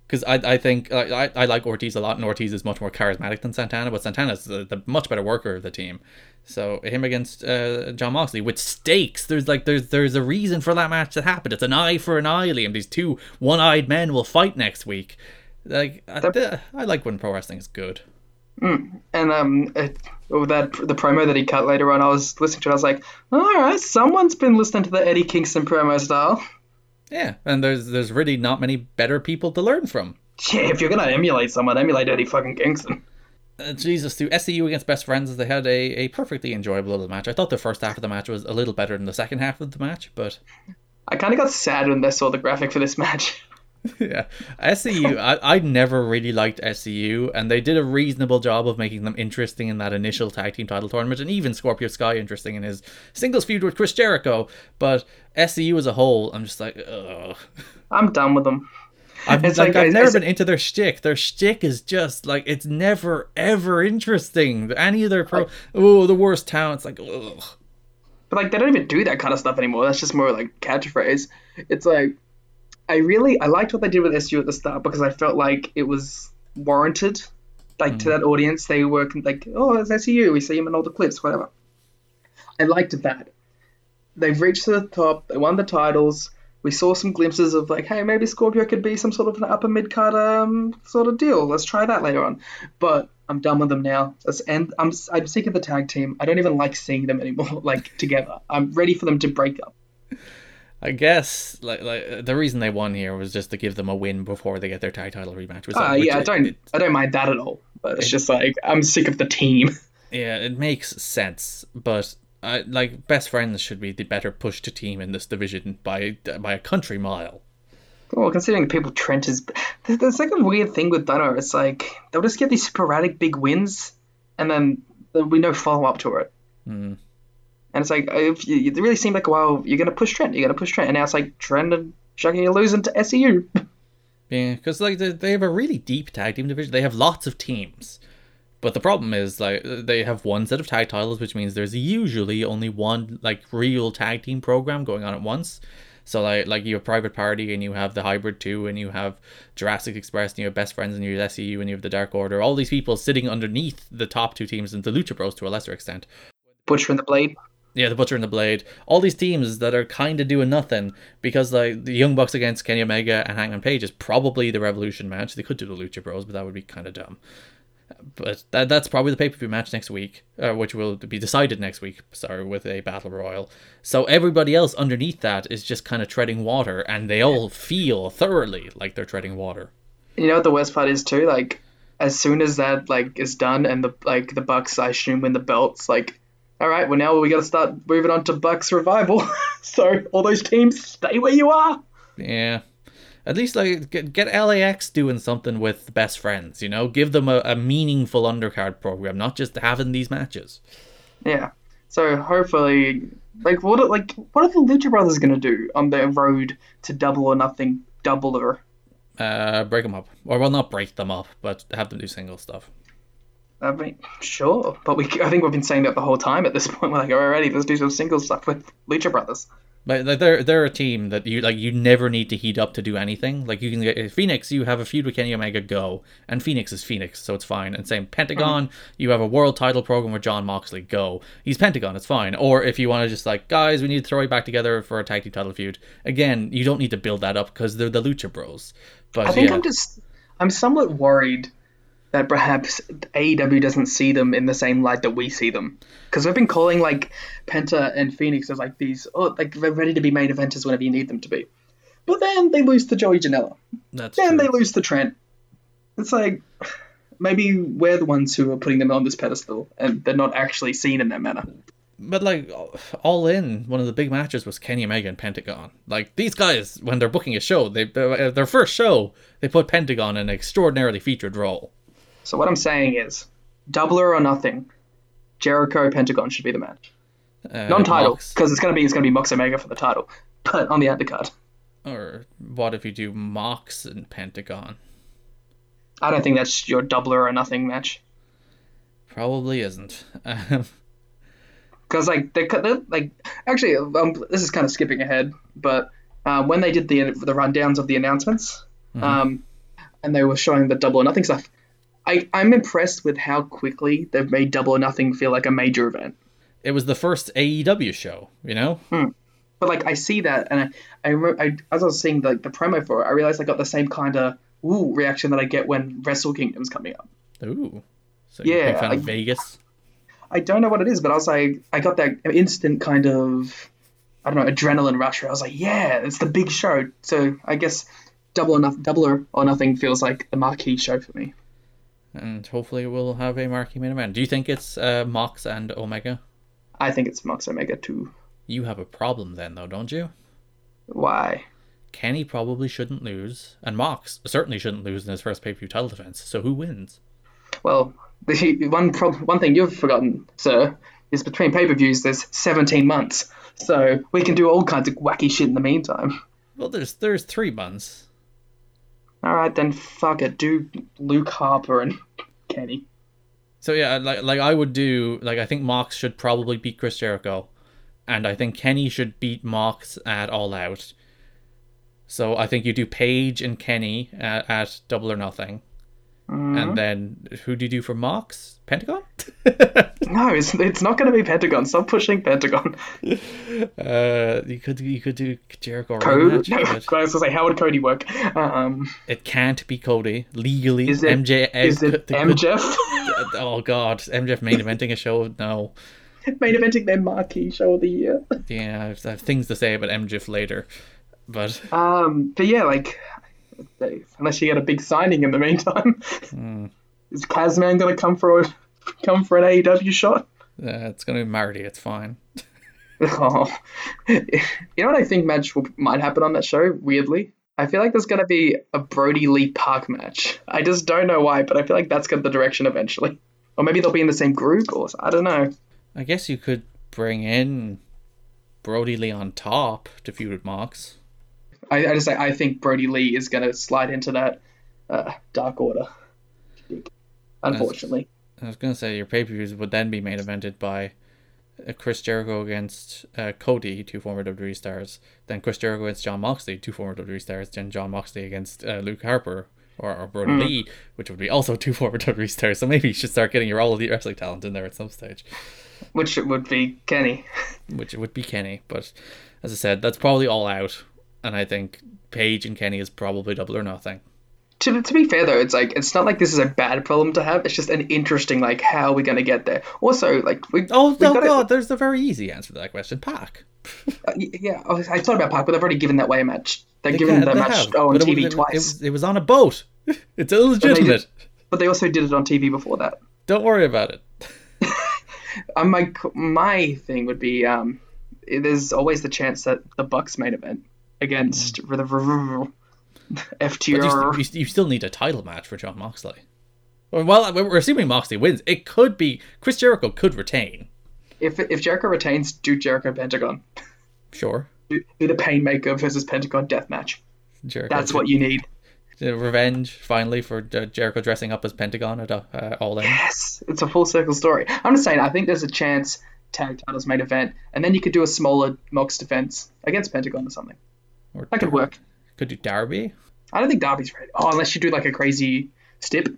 Speaker 3: because I, I think I, I, I like Ortiz a lot and Ortiz is much more charismatic than Santana but Santana's the, the much better worker of the team so him against uh, John Moxley with stakes there's like there's there's a reason for that match that happened it's an eye for an eye Liam these two one-eyed men will fight next week like I, I like when pro wrestling is good
Speaker 4: And um, it, with that the promo that he cut later on, I was listening to it. I was like, all right, someone's been listening to the Eddie Kingston promo style. *laughs*
Speaker 3: yeah and there's there's really not many better people to learn from
Speaker 4: Yeah, if you're gonna emulate someone, emulate Eddie fucking Kingston.
Speaker 3: Uh, Jesus, to SCU against Best Friends, they had a, a perfectly enjoyable little match. I thought the first half of the match was a little better than the second half of the match, but *laughs*
Speaker 4: I kind of got sad when I saw the graphic for this match. *laughs*
Speaker 3: yeah. SCU, I, I never really liked SCU, and they did a reasonable job of making them interesting in that initial tag team title tournament, and even Scorpio Sky interesting in his singles feud with Chris Jericho. But SCU as a whole, I'm just like,
Speaker 4: *laughs*
Speaker 3: ugh.
Speaker 4: I'm done with them.
Speaker 3: I've,
Speaker 4: It's
Speaker 3: like,
Speaker 4: like,
Speaker 3: I've
Speaker 4: is-
Speaker 3: never
Speaker 4: is-
Speaker 3: been into their shtick. Their shtick is just like it's never ever interesting. Any of their pro, oh, the worst talents, like ugh.
Speaker 4: But like they don't even do that kind of stuff anymore. That's just more like catchphrase. It's like I really I liked what they did with SU at the start because I felt like it was warranted. Like to that audience, they were con- like, "Oh, it's SU. We see him in all the clips, whatever." I liked that. They've reached to the top. They won the titles. We saw some glimpses of like, hey, maybe Scorpio could be some sort of an upper mid card um, sort of deal. Let's try that later on. But I'm done with them now. Let's end. I'm I'm sick of the tag team. I don't even like seeing them anymore. *laughs* Like together, I'm ready for them to break up.
Speaker 3: I guess like like uh, the reason they won here was just to give them a win before they get their tag title rematch. Which,
Speaker 4: Uh,
Speaker 3: Oh, which
Speaker 4: yeah, I
Speaker 3: it-
Speaker 4: don't
Speaker 3: it-
Speaker 4: I don't mind that at all. But it's just like I'm sick of the team. *laughs*
Speaker 3: yeah, it makes sense, but I like best friends should be the better push to team in this division by by a country mile.
Speaker 4: Well, considering people Trent is, there- there's like a weird thing with Dunno. It's like they'll just get these sporadic big wins, and then there'll be no follow up to it. And it's like if you, it really seemed like well, you're gonna push Trent, you're gonna push Trent, and now it's like Trent and Shaggy are losing to E SEU.
Speaker 3: Yeah, because like they, they have a really deep tag team division. They have lots of teams, but the problem is like they have one set of tag titles, which means there's usually only one like real tag team program going on at once. So like like you have Private Party and you have the Hybrid Two and you have Jurassic Express and you have Best Friends and you have SEU and you have the Dark Order. All these people sitting underneath the top two teams and the Lucha Bros to a lesser extent.
Speaker 4: *laughs* Butcher and the Blade.
Speaker 3: Yeah, the Butcher and the Blade. All these teams that are kind of doing nothing because like the Young Bucks against Kenny Omega and Hangman Page is probably the Revolution match. They could do the Lucha Bros, but that would be kind of dumb. But that that's probably the pay per view match next week, uh, which will be decided next week. Sorry, with a battle royal. So everybody else underneath that is just kind of treading water, and they all feel thoroughly like they're treading water.
Speaker 4: You know what the worst part is too? Like, as soon as that like is done and the like the Bucks, I assume, win the belts. Like, all right, well now we got to start moving on to Bucks revival. *laughs* so all those teams, stay where you are.
Speaker 3: Yeah. At least like get, get LAX doing something with the best friends, you know? Give them a, a meaningful undercard program, not just having these matches.
Speaker 4: Yeah. So hopefully, like, what are- like what are the Lucha Brothers gonna do on their road to Double or Nothing Doubler?
Speaker 3: Uh break them up. Or well not break them up, but have them do single stuff.
Speaker 4: I mean, sure, but we I think we've been saying that the whole time at this *laughs* point. We're like, alrighty, let's do some single stuff with Lucha Brothers.
Speaker 3: Like like, they're they're a team that you like you never need to heat up to do anything. Like you can get uh, Phoenix, you have a feud with Kenny Omega, go, and Phoenix is Phoenix, so it's fine. And same Pentagon,
Speaker 4: Mm-hmm.
Speaker 3: you have a world title program with John Moxley, go. He's Pentagon, it's fine. Or if you want to just like guys, we need to throw it back together for a tag team title feud. Again, you don't need to build that up because they're the Lucha Bros. But
Speaker 4: I think
Speaker 3: yeah,
Speaker 4: I'm just I'm somewhat worried that perhaps AEW doesn't see them in the same light that we see them. Because we've been calling like Penta and Phoenix as like these oh like they're ready to be main eventers whenever you need them to be. But then they lose to Joey Janela.
Speaker 3: that's
Speaker 4: Then
Speaker 3: true.
Speaker 4: they lose to Trent. It's like maybe we're the ones who are putting them on this pedestal and they're not actually seen in that manner.
Speaker 3: But like all in, one of the big matches was Kenny Omega and Pentagon. Like these guys, when they're booking a show, they uh, their first show they put Pentagon in an extraordinarily featured role.
Speaker 4: So what I'm saying is doubler or nothing. Jericho Pentagon should be the match.
Speaker 3: Uh,
Speaker 4: non-title
Speaker 3: Mox.
Speaker 4: because it's gonna be it's gonna be Mox Omega for the title, but on the undercard.
Speaker 3: Or what if you do Mox and Pentagon?
Speaker 4: I don't think that's your doubler or nothing match
Speaker 3: Probably isn't. Um,
Speaker 4: because like they could they're, like actually um, this is kind of skipping ahead, but uh, when they did the the rundowns of the announcements, um, and they were showing the double or nothing stuff. I, I'm impressed with how quickly they've made Double or Nothing feel like a major event.
Speaker 3: it was the first AEW show, you know.
Speaker 4: But like I see that, and I, I, remember, I as I was seeing like the promo for it, I realized I got the same kind of ooh reaction that I get when Wrestle Kingdom's coming up.
Speaker 3: Ooh. So you're a big
Speaker 4: Yeah,
Speaker 3: fan of
Speaker 4: I-
Speaker 3: Vegas.
Speaker 4: I don't know what it is, but I was like, I got that instant kind of, I don't know, adrenaline rush. Where I was like, yeah, it's the big show. So I guess double or nothing, double or- or nothing feels like the marquee show for me.
Speaker 3: And hopefully we'll have a marquee main event. Do you think it's uh, Mox and Omega?
Speaker 4: I think it's Mox Omega too.
Speaker 3: You have a problem then, though, don't you?
Speaker 4: Why?
Speaker 3: Kenny probably shouldn't lose, and Mox certainly shouldn't lose in his first pay per view title defense. So who wins?
Speaker 4: Well, *laughs* the one prob- one thing you've forgotten, sir, is between pay per views there's 17 months, so we can do all kinds of wacky shit in the meantime.
Speaker 3: Well, there's there's three months.
Speaker 4: All right, then fuck it, do Luke Harper and Kenny.
Speaker 3: So yeah, like like I would do like I think Mox should probably beat Chris Jericho, and I think Kenny should beat Mox at All Out. So I think you do Paige and Kenny at, at Double or Nothing, and then who do you do for Mox? Pentagon.
Speaker 4: No, it's, it's not going to be Pentagon. Stop pushing Pentagon.
Speaker 3: *laughs*
Speaker 4: *laughs*
Speaker 3: Uh, you could you could do Jericho.
Speaker 4: Code?
Speaker 3: rematch,
Speaker 4: No, *laughs* I
Speaker 3: but-
Speaker 4: was going to say, how would Cody work? Um,
Speaker 3: It can't be Cody legally.
Speaker 4: is it,
Speaker 3: MJF?
Speaker 4: is
Speaker 3: could-
Speaker 4: it MJF?
Speaker 3: could- oh God, MJF main eventing a show? No.
Speaker 4: *laughs* Main eventing their marquee show of the year.
Speaker 3: Yeah, I have- I have things to say about MJF later, but uh,
Speaker 4: Um, but yeah, like, they- unless you get a big signing in the meantime, *laughs* is Kazman going to come for a, come for an AEW shot? *laughs*
Speaker 3: uh, it's gonna be Marty. It's fine.
Speaker 4: Oh. *laughs* you know what I think match will, might happen on that show? Weirdly, I feel like there's going to be a Brody Lee Park match. I just don't know why, but I feel like that's going to the direction eventually. Or maybe they'll be in the same group, or I don't know.
Speaker 3: I guess you could bring in Brody Lee on top to feud with Mox.
Speaker 4: I, I just I think Brody Lee is going to slide into that uh, Dark Order. Unfortunately,
Speaker 3: I was gonna say your pay per views would then be main evented by uh, Chris Jericho against uh, Cody, two former WWE stars. Then Chris Jericho against John Moxley, two former WWE stars. Then John Moxley against uh, Luke Harper or, or Brody Lee, which would be also two *laughs* former WWE stars. So maybe you should start getting your all elite wrestling talent in there at some stage,
Speaker 4: which would be Kenny.
Speaker 3: which would be Kenny. But as I said, that's probably all out, and I think Paige and Kenny is probably double or nothing.
Speaker 4: To, to be fair though, it's like it's not like this is a bad problem to have. It's just an interesting like how are we going to get there. Also, like we
Speaker 3: Oh
Speaker 4: we've
Speaker 3: no,
Speaker 4: gotta-
Speaker 3: God! There's a very easy answer to that question. Pac.
Speaker 4: Uh, y- Yeah, I was- I thought about Park, but they've already given that way a match. They've
Speaker 3: They
Speaker 4: given
Speaker 3: can-
Speaker 4: that
Speaker 3: they
Speaker 4: match
Speaker 3: have,
Speaker 4: oh, on
Speaker 3: but it
Speaker 4: TV
Speaker 3: was- it,
Speaker 4: twice.
Speaker 3: was- It was on a boat. *laughs* It's illegitimate.
Speaker 4: But they also did it on TV before that.
Speaker 3: Don't worry about it.
Speaker 4: Um, my my thing would be um, there's always the chance that the Bucks main event against
Speaker 3: Mm. But you, st- you
Speaker 4: FTR.
Speaker 3: st- you still need a title match for John Moxley. Or, Well, we're assuming Moxley wins. It could be Chris Jericho could retain.
Speaker 4: If if Jericho retains, do Jericho Pentagon,
Speaker 3: Sure,
Speaker 4: do, do the Painmaker versus Pentagon death match.
Speaker 3: Jericho.
Speaker 4: That's what you need.
Speaker 3: The revenge finally for Jer- Jericho dressing up as Pentagon at uh, uh, All
Speaker 4: *sighs*
Speaker 3: In.
Speaker 4: Yes, it's a full circle story. I'm just saying, I think there's a chance tag titles main event, and then you could do a smaller Mox defense against Pentagon or something.
Speaker 3: Or
Speaker 4: That could work.
Speaker 3: Could do Darby.
Speaker 4: I don't think Darby's ready. Oh, unless you do like a crazy stip.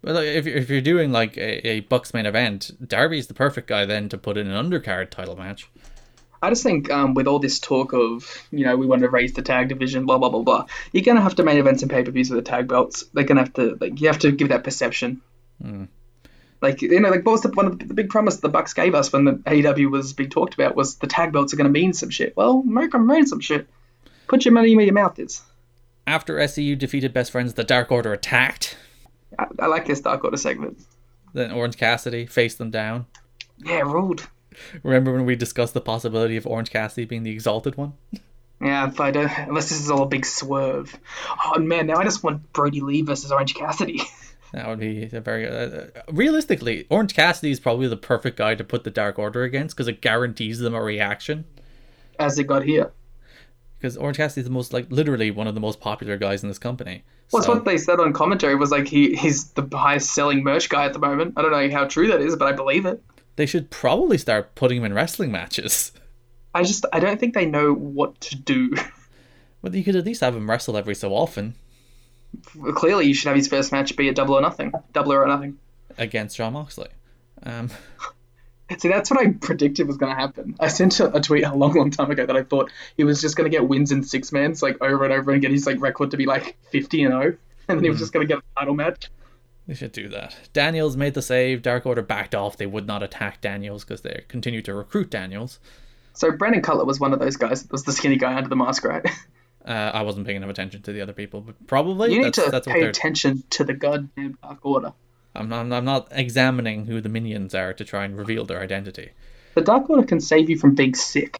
Speaker 3: But like, if, if you're doing like a, a Bucks main event, Darby's the perfect guy then to put in an undercard title match.
Speaker 4: I just think um, with all this talk of, you know, we want to raise the tag division, blah, blah, blah, blah, you're going to have to main events and pay per views with the tag belts. They're going to have to, like, you have to give that perception. Like, you know, like, what was the, one of the, the big promise the Bucks gave us when the AEW was being talked about was the tag belts are going to mean some shit. Well, make 'em mean some shit. Put your money where your mouth is.
Speaker 3: After SCU defeated Best Friends, the Dark Order attacked.
Speaker 4: I, I like this Dark Order segment.
Speaker 3: Then Orange Cassidy faced them down.
Speaker 4: Yeah, ruled.
Speaker 3: Remember when we discussed the possibility of Orange Cassidy being the exalted one?
Speaker 4: Yeah, if I don't, unless this is all a big swerve. Oh, man, now I just want Brody Lee versus Orange Cassidy. *laughs*
Speaker 3: That would be a very uh, realistically. Orange Cassidy is probably the perfect guy to put the Dark Order against because it guarantees them a reaction.
Speaker 4: As it got here.
Speaker 3: Because Orange Cassidy is the most like literally one of the most popular guys in this company.
Speaker 4: Well, it's
Speaker 3: So-
Speaker 4: what they said on commentary was like he he's the highest selling merch guy at the moment. I don't know how true that is, but I believe it.
Speaker 3: they should probably start putting him in wrestling matches. *laughs*
Speaker 4: I just I don't think they know what to do. *laughs*
Speaker 3: But you could at least have him wrestle every so often
Speaker 4: Clearly, you should have his first match be a double or nothing, double or nothing.
Speaker 3: against John Moxley. Um,
Speaker 4: See, that's what I predicted was going to happen. I sent a, a tweet a long, long time ago that I thought he was just going to get wins in six mans like over and over and get his like record to be like fifty and zero, and then
Speaker 3: Hmm.
Speaker 4: he was just going to get a title match.
Speaker 3: they should do that. Daniels made the save. Dark Order backed off. They would not attack Daniels because they continue to recruit Daniels.
Speaker 4: So Brandon Cutler was one of those guys. that Was the skinny guy under the mask, right? *laughs*
Speaker 3: Uh, I wasn't paying enough attention to the other people, but probably
Speaker 4: You need
Speaker 3: that's,
Speaker 4: to
Speaker 3: that's what
Speaker 4: pay
Speaker 3: they're.
Speaker 4: attention to the goddamn Dark Order.
Speaker 3: I'm not, I'm not examining who the minions are to try and reveal their identity.
Speaker 4: The Dark Order can save you from being sick.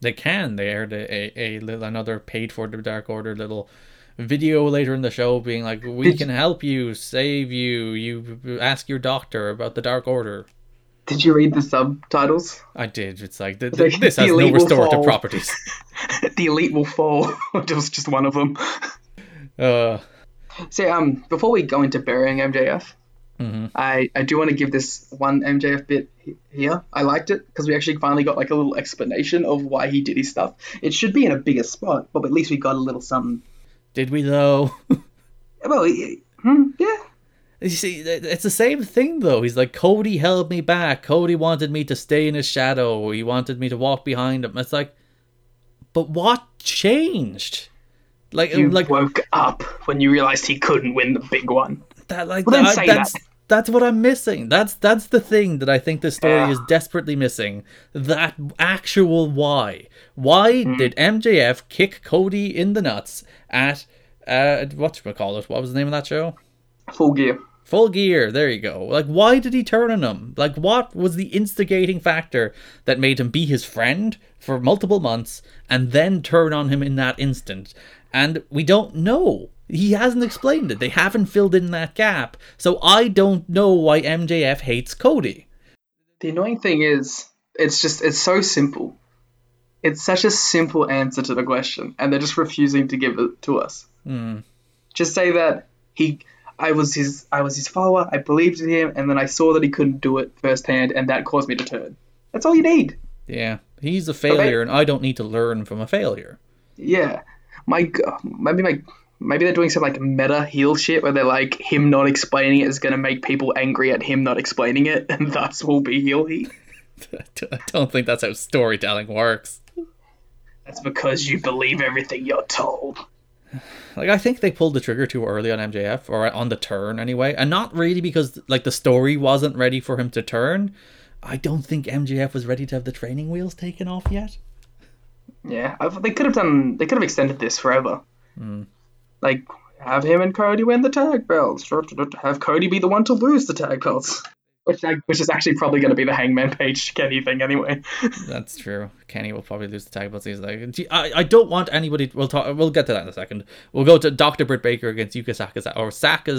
Speaker 3: They can. They aired a, a, a little, another paid for the Dark Order little video later in the show being like, we
Speaker 4: Did-
Speaker 3: can help you, save you, you ask your doctor about the Dark Order.
Speaker 4: Did you read the subtitles?
Speaker 3: I did. It's like, th-
Speaker 4: like
Speaker 3: th- this has no
Speaker 4: illegal
Speaker 3: restorative
Speaker 4: fall.
Speaker 3: properties.
Speaker 4: *laughs* *laughs* the elite will fall. *laughs* it was just one of them. *laughs*
Speaker 3: Uh,
Speaker 4: So, um, before we go into burying MJF, I, I do want to give this one MJF bit he- here. I liked it because we actually finally got like a little explanation of why he did his stuff. It should be in a bigger spot, but at least we got a little something.
Speaker 3: did we though?
Speaker 4: Well, he- hmm, yeah.
Speaker 3: you see, th- it's the same thing though. He's like, Cody held me back. Cody wanted me to stay in his shadow. He wanted me to walk behind him. It's like, but what changed? Like,
Speaker 4: You
Speaker 3: like
Speaker 4: woke up when you realized he couldn't win the big one.
Speaker 3: that like
Speaker 4: Well, then
Speaker 3: that-
Speaker 4: say
Speaker 3: that's
Speaker 4: that.
Speaker 3: that's what I'm missing. That's that's the thing that I think this story
Speaker 4: Ah.
Speaker 3: is desperately missing. That actual why. Why
Speaker 4: Hmm.
Speaker 3: did MJF kick Cody in the nuts at uh what call it? What was the name of that show?
Speaker 4: Full gear.
Speaker 3: Full gear. There you go. Like why did he turn on him? Like what was the instigating factor that made him be his friend for multiple months and then turn on him in that instant? And we don't know. He hasn't explained it. They haven't filled in that gap. So I don't know why MJF hates Cody.
Speaker 4: The annoying thing is, it's just it's so simple. It's such a simple answer to the question, and they're just refusing to give it to us. Just say that he, I was his, I was his follower. I believed in him, and then I saw that he couldn't do it firsthand, and that caused me to turn. That's all you need.
Speaker 3: Yeah. He's a failure and I don't need to learn from a failure. *laughs*
Speaker 4: Yeah, my g- maybe my maybe they're doing some like meta heel shit where they're like him not explaining it is gonna make people angry at him not explaining it, *laughs* and thus will be heel heat.
Speaker 3: I don't think that's how storytelling works.
Speaker 4: That's because you believe everything you're told.
Speaker 3: Like I think they pulled the trigger too early on MJF or on the turn anyway, and not really because like the story wasn't ready for him to turn. I don't think MJF was ready to have the training wheels taken off yet.
Speaker 4: Yeah, i they could have done. They could have extended this forever. Like Have him and Cody win the tag belts. Have Cody be the one to lose the tag belts. Which, I, which is actually probably going to be the Hangman Page Kenny thing anyway.
Speaker 3: That's true. Kenny will probably lose the tag belts. He's like, "Gee, I, I don't want anybody. We'll talk. We'll get to that in a second. We'll go to Doctor Britt Baker against Yuka Sakazawa or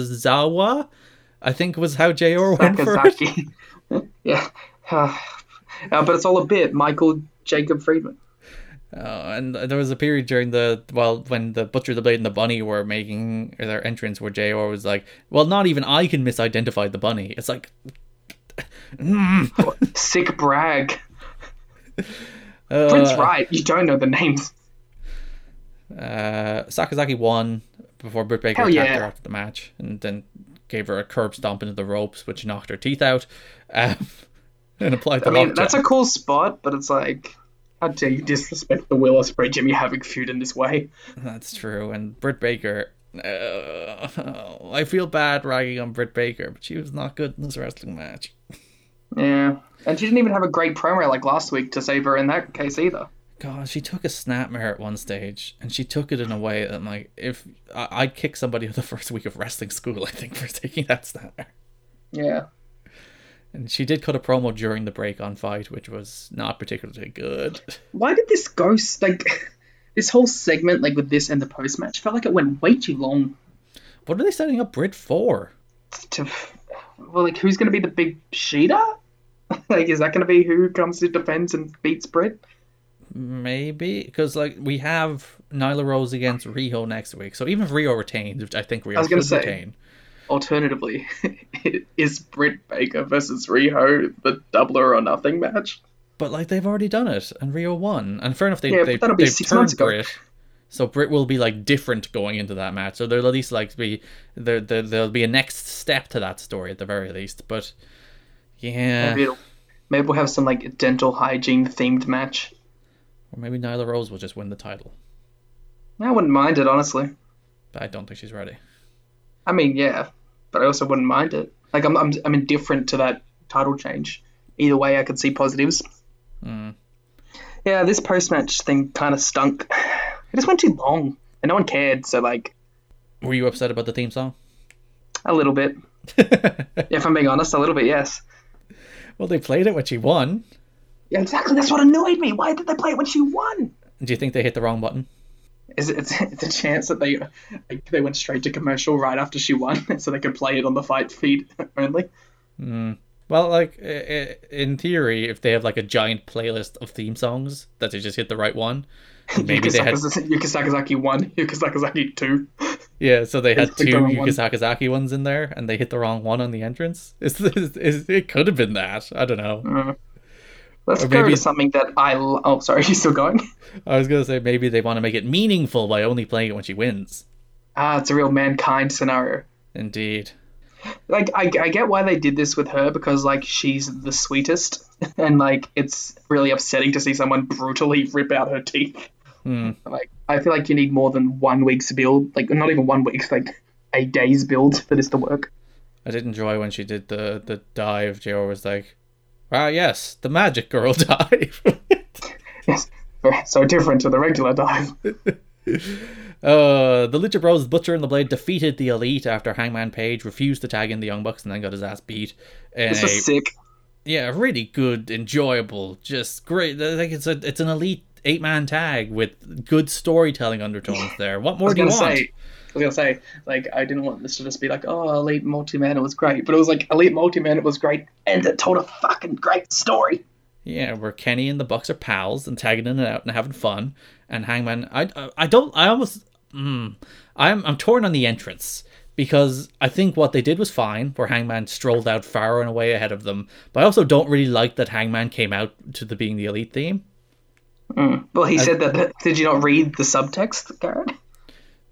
Speaker 3: Sakazawa. I think was how Jr. went for it.
Speaker 4: Sakazaki. *laughs* yeah. *sighs* Uh, but it's all a bit. Michael Jacob Friedman.
Speaker 3: Uh, and there was a period during the well when the butcher, the blade, and the bunny were making their entrance, where Jr. was like, "Well, not even I can misidentify the bunny." It's like,
Speaker 4: Sick brag. Prince Wright, you don't know the names.
Speaker 3: uh, Sakazaki won before Britt Baker
Speaker 4: Hell
Speaker 3: attacked
Speaker 4: yeah.
Speaker 3: her after the match, and then gave her a curb stomp into the ropes, which knocked her teeth out, um, *laughs* and applied the
Speaker 4: I mean,
Speaker 3: lockjaw.
Speaker 4: that's a cool spot, but it's like, how dare you disrespect the Will Ospreay Jimmy Havoc feud in this way?
Speaker 3: That's true. And Britt Baker, uh, *laughs* I feel bad ragging on Britt Baker, but she was not good in this wrestling match.
Speaker 4: Yeah. And she didn't even have a great promo like last week to save her in that case either.
Speaker 3: God, she took a snapmare at one stage, and she took it in a way that, like, if I- I'd kick somebody *laughs* the first week of wrestling school, I think, *laughs* for taking that snapmare.
Speaker 4: Yeah.
Speaker 3: And she did cut a promo during the break on fight, which was not particularly good.
Speaker 4: Why did this go s- like *laughs* this whole segment like with this and the post match felt like it went way too long
Speaker 3: What are they setting up Britt for?
Speaker 4: to well like who's gonna be the big Sheeta? *laughs* like is that gonna be who comes to defends and beats Britt?
Speaker 3: Maybe because like we have Nyla Rose against Riho next week, so even if Rio retains, which I think Rio
Speaker 4: was gonna
Speaker 3: should
Speaker 4: say.
Speaker 3: retain,
Speaker 4: Alternatively, *laughs* is Britt Baker versus Riho the doubler or nothing match?
Speaker 3: But like they've already done it, and Rio won. And fair enough, they
Speaker 4: Yeah, but
Speaker 3: they
Speaker 4: that'll be
Speaker 3: they've
Speaker 4: six
Speaker 3: turned
Speaker 4: months ago.
Speaker 3: Brit, so Brit will be like different going into that match. So there'll at least like be there there there'll be a next step to that story at the very least. But yeah,
Speaker 4: Maybe, it'll, maybe we'll have some like dental hygiene themed match.
Speaker 3: or maybe Nyla Rose will just win the title.
Speaker 4: I wouldn't mind it honestly.
Speaker 3: But I don't think she's ready.
Speaker 4: I mean, yeah, but I also wouldn't mind it. Like I'm, I'm, I'm indifferent to that title change. Either way, I could see positives.
Speaker 3: Hmm.
Speaker 4: Yeah, this post match thing kind of stunk. It just went too long, and no one cared. So like
Speaker 3: Were you upset about the theme song?
Speaker 4: a
Speaker 3: *laughs*
Speaker 4: little bit. if I'm being honest, a little bit, yes.
Speaker 3: Well, they played it when she won.
Speaker 4: Yeah, exactly. That's what annoyed me. Why did they play it when she won?
Speaker 3: Do you think they hit the wrong button?
Speaker 4: Is it, it's, it's a chance that they like, they went straight to commercial right after she won, *laughs* so they could play it on the fight feed *laughs* only.
Speaker 3: Well, like i- i- in theory, if they have like a giant playlist of theme songs, that they just hit the right
Speaker 4: *laughs*
Speaker 3: one. Maybe they had
Speaker 4: Yuka Sakazaki one, Yuka Sakazaki two.
Speaker 3: Yeah, so they had two
Speaker 4: They picked the wrong
Speaker 3: Yuka
Speaker 4: one.
Speaker 3: Sakazaki ones in there, and they hit the wrong one on the entrance. *laughs* Is, is, is it could have been that? I don't know.
Speaker 4: Mm. Let's
Speaker 3: Or
Speaker 4: go
Speaker 3: maybe-
Speaker 4: to something that I. Lo- oh, sorry, *laughs* you still going?
Speaker 3: I was gonna say maybe they want to make it meaningful by only playing it when she wins.
Speaker 4: Ah, it's a real mankind scenario.
Speaker 3: Indeed.
Speaker 4: Like, I, I get why they did this with her because, like, she's the sweetest, *laughs* and like, it's really upsetting to see someone brutally rip out her teeth.
Speaker 3: Hmm.
Speaker 4: Like, I feel like you need more than one week's build. Like, not even one week's, like, a day's build for this to work. *laughs*
Speaker 3: I did enjoy when she did the the dive. Jor was like, "Ah, yes, the magic girl *laughs* dive."
Speaker 4: Yes, so different to the regular dive.
Speaker 3: uh, the Lucha Bros, Butcher and the Blade defeated the Elite after Hangman Page refused to tag in the Young Bucks and then got his ass beat. And
Speaker 4: It's just sick.
Speaker 3: yeah, really good, enjoyable, just great. I think it's a it's an elite eight man tag with good storytelling undertones there. What more
Speaker 4: I was
Speaker 3: do you
Speaker 4: gonna
Speaker 3: want?
Speaker 4: say, I was gonna say, like, I didn't want this to just be like, oh, Elite Multi Man, it was great, but it was like Elite Multi Man, it was great, and it told a fucking great story.
Speaker 3: Yeah, where Kenny and the Bucks are pals and tagging in and out and having fun, and Hangman. I I- I don't. I almost. Mm, I'm I'm torn on the entrance because I think what they did was fine, where Hangman strolled out far and away ahead of them. But I also don't really like that Hangman came out to the being the elite theme.
Speaker 4: Well, he said that. Did you not read the subtext, Garrett?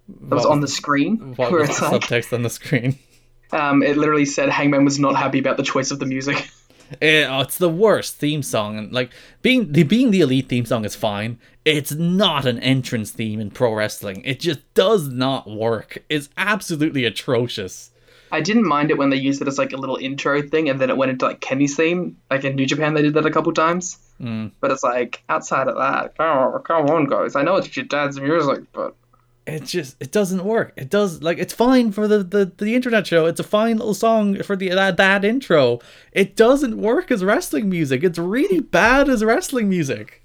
Speaker 4: That was
Speaker 3: What
Speaker 4: on the
Speaker 3: was-
Speaker 4: screen,
Speaker 3: *laughs* What
Speaker 4: where
Speaker 3: was the
Speaker 4: it's like,
Speaker 3: subtext on the screen?
Speaker 4: um, it literally said Hangman was not happy about the choice of the music. *laughs*
Speaker 3: Eh, oh, it's the worst theme song, and like being the being the elite theme song is fine. It's not an entrance theme in pro wrestling. It just does not work. It's absolutely atrocious.
Speaker 4: I didn't mind it when they used it as like a little intro thing, and then it went into like Kenny's theme. Like in New Japan, they did that a couple times.
Speaker 3: Mm.
Speaker 4: But it's like outside of that, oh, come on, guys. I know it's your dad's music, but
Speaker 3: it just it doesn't work. It does like it's fine for the the, the internet show. It's a fine little song for the that, that intro. It doesn't work as wrestling music. It's really bad as wrestling music.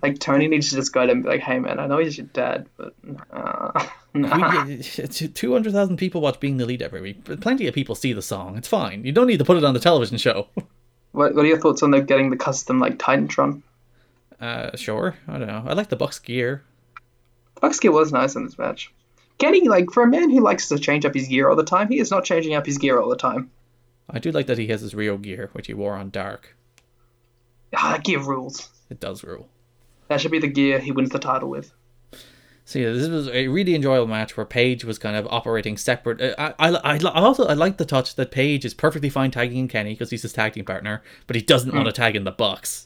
Speaker 4: Like Tony needs to just go to him and be like, "Hey man, I know he's your dad, but uh, nah." *laughs*
Speaker 3: Two hundred thousand people watch Being the Lead every week. But Plenty of people see the song. It's fine. You don't need to put it on the television show.
Speaker 4: What, what are your thoughts on the, getting the custom like Titantron?
Speaker 3: Uh, sure. I don't know. I like the Bucks gear.
Speaker 4: Bucks gear was nice in this match. Getting like for a man who likes to change up his gear all the time, he is not changing up his gear all the time.
Speaker 3: I do like that he has his Rio gear, which he wore on Dark.
Speaker 4: Ah, that gear rules.
Speaker 3: It does rule.
Speaker 4: That should be the gear he wins the title with.
Speaker 3: So yeah, this was a really enjoyable match where Paige was kind of operating separate. uh, I, I, I li- I also I like the touch that Paige is perfectly fine tagging in Kenny because he's his tag team partner, but he doesn't want to tag in the Bucks.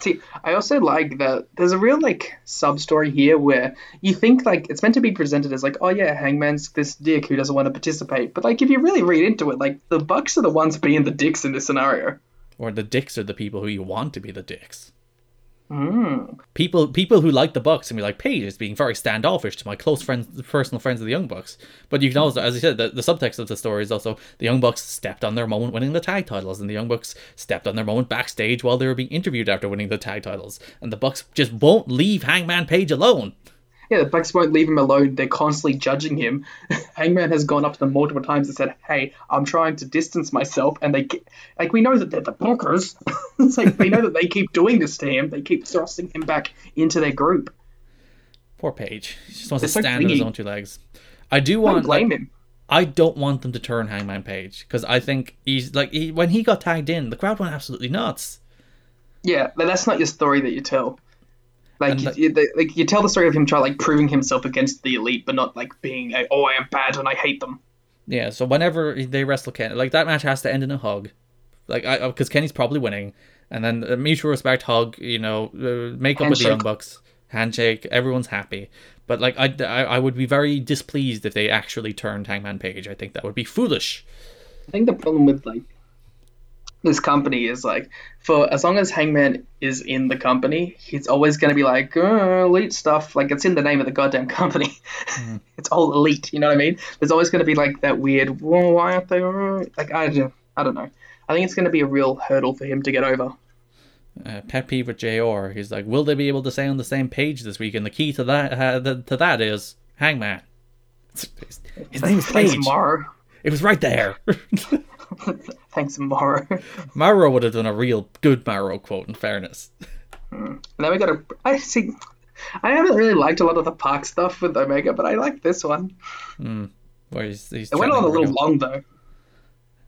Speaker 4: See, I also like that there's a real like sub story here where you think like it's meant to be presented as like, oh yeah, Hangman's this dick who doesn't want to participate. But like if you really read into it, like the Bucks are the ones being the dicks in this scenario.
Speaker 3: Or the dicks are the people who you want to be the dicks.
Speaker 4: Hmm.
Speaker 3: People people who like the Bucks and be like Paige is being very standoffish to my close friends, the personal friends of the Young Bucks. But you can also, as I said, the, the subtext of the story is also the Young Bucks stepped on their moment winning the tag titles, and the Young Bucks stepped on their moment backstage while they were being interviewed after winning the tag titles, and the Bucks just won't leave Hangman Page alone.
Speaker 4: Yeah, the Bucks won't leave him alone. They're constantly judging him. *laughs* Hangman has gone up to them multiple times and said, "Hey, I'm trying to distance myself," and they ke- like we know that they're the Bunkers. *laughs* it's like we know that they keep doing this to him. They keep thrusting him back into their group.
Speaker 3: Poor Paige, he just wants
Speaker 4: It's
Speaker 3: to
Speaker 4: so
Speaker 3: stand on his
Speaker 4: clingy.
Speaker 3: own two legs. I do
Speaker 4: I
Speaker 3: want
Speaker 4: don't blame
Speaker 3: like,
Speaker 4: him.
Speaker 3: I don't want them to turn Hangman Page because I think he's like he, when he got tagged in, the crowd went absolutely nuts.
Speaker 4: Yeah, but that's not your story that you tell. Like
Speaker 3: And
Speaker 4: you,
Speaker 3: the-
Speaker 4: you, they- like you tell the story of him trying like proving himself against the elite, but not like being a, oh I am bad and I hate them.
Speaker 3: Yeah, so whenever they wrestle Kenny, like that match has to end in a hug, like I because Kenny's probably winning, and then a mutual respect hug, you know, uh, make up with the
Speaker 4: Handshake.
Speaker 3: Young Bucks, handshake, everyone's happy. But like I, I, I would be very displeased if they actually turned Hangman Page. I think that would be foolish.
Speaker 4: I think the problem with like this company is like for as long as Hangman is in the company, he's always going to be like "Uh, elite stuff. Like it's in the name of the goddamn company. *laughs* it's all elite. You know what I mean? There's always going to be like that weird. Well, why aren't they? uh," Like I don't, I don't know. I think it's going to be a real hurdle for him to get over.
Speaker 3: uh, pet peeve with Jr. He's like, will they be able to stay on the same page this week? And the key to that uh, th to that is
Speaker 4: *laughs*
Speaker 3: Hangman. His, his name is
Speaker 4: Thanks,
Speaker 3: Page.
Speaker 4: Morrow.
Speaker 3: It was right there. *laughs*
Speaker 4: Thanks, Morrow. and
Speaker 3: Maro would have done a real good Maro quote. In fairness,
Speaker 4: *laughs* then we got a. I see. I haven't really liked a lot of the Park stuff with Omega, but I like this one.
Speaker 3: where he's, he's
Speaker 4: It went on a
Speaker 3: threatening
Speaker 4: little
Speaker 3: Rio.
Speaker 4: long though.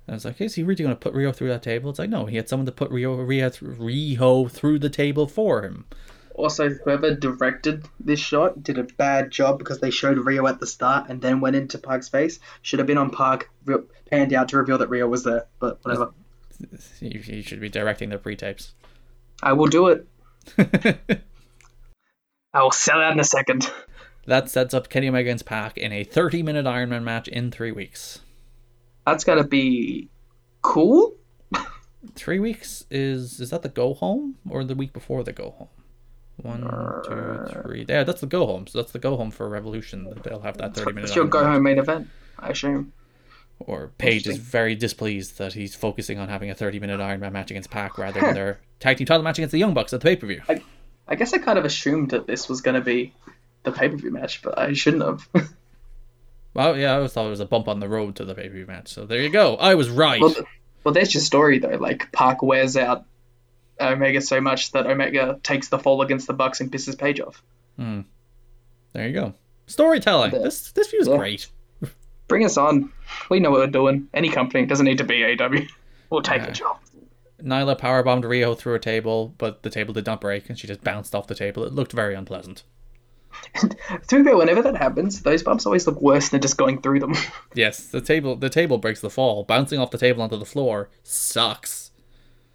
Speaker 3: I was like, is he really going to put Rio through that table? It's like, no, he had someone to put Rio, Rio, Riho through the table for him.
Speaker 4: Also, whoever directed this shot did a bad job because they showed Rio at the start and then went into Park's face. Should have been on Park, re- panned out to reveal that Rio was there, but whatever.
Speaker 3: You, you should be directing their pre-tapes. *laughs*
Speaker 4: I will do it. I will sell out in a second. *laughs*
Speaker 3: That sets up Kenny Omega and Pac in a 30-minute Iron Man match in three weeks.
Speaker 4: That's gotta be cool.
Speaker 3: three weeks is is that the go home or the week before the go home? One, two, three. Yeah, that's the go home. So that's the go home for Revolution. that They'll have that thirty minute.
Speaker 4: It's your
Speaker 3: on-
Speaker 4: go home main event, I assume.
Speaker 3: Or Paige is very displeased that he's focusing on having a thirty minute Iron Man match against Pac rather than
Speaker 4: *laughs*
Speaker 3: their tag team title match against the Young Bucks at the pay per view.
Speaker 4: I guess I kind of assumed that this was gonna be the pay per view match, but I shouldn't have. *laughs*
Speaker 3: Well, Oh, yeah, I always thought it was a bump on the road to the pay per view match. So there you go. I was right.
Speaker 4: well, th- well, there's your story though. Like Park wears out Omega so much that Omega takes the fall against the Bucks and pisses Page off.
Speaker 3: There you go. Storytelling.
Speaker 4: Yeah.
Speaker 3: This this feels
Speaker 4: Yeah.
Speaker 3: great.
Speaker 4: Bring us on. We know what we're doing. Any company doesn't need to be AW. We'll take a job.
Speaker 3: Nyla powerbombed Rio through a table, but the table did not break, and she just bounced off the table. It looked very unpleasant.
Speaker 4: To be fair, whenever that happens, those bumps always look worse than just going through them. *laughs*
Speaker 3: Yes, the table the table breaks the fall. Bouncing off the table onto the floor sucks.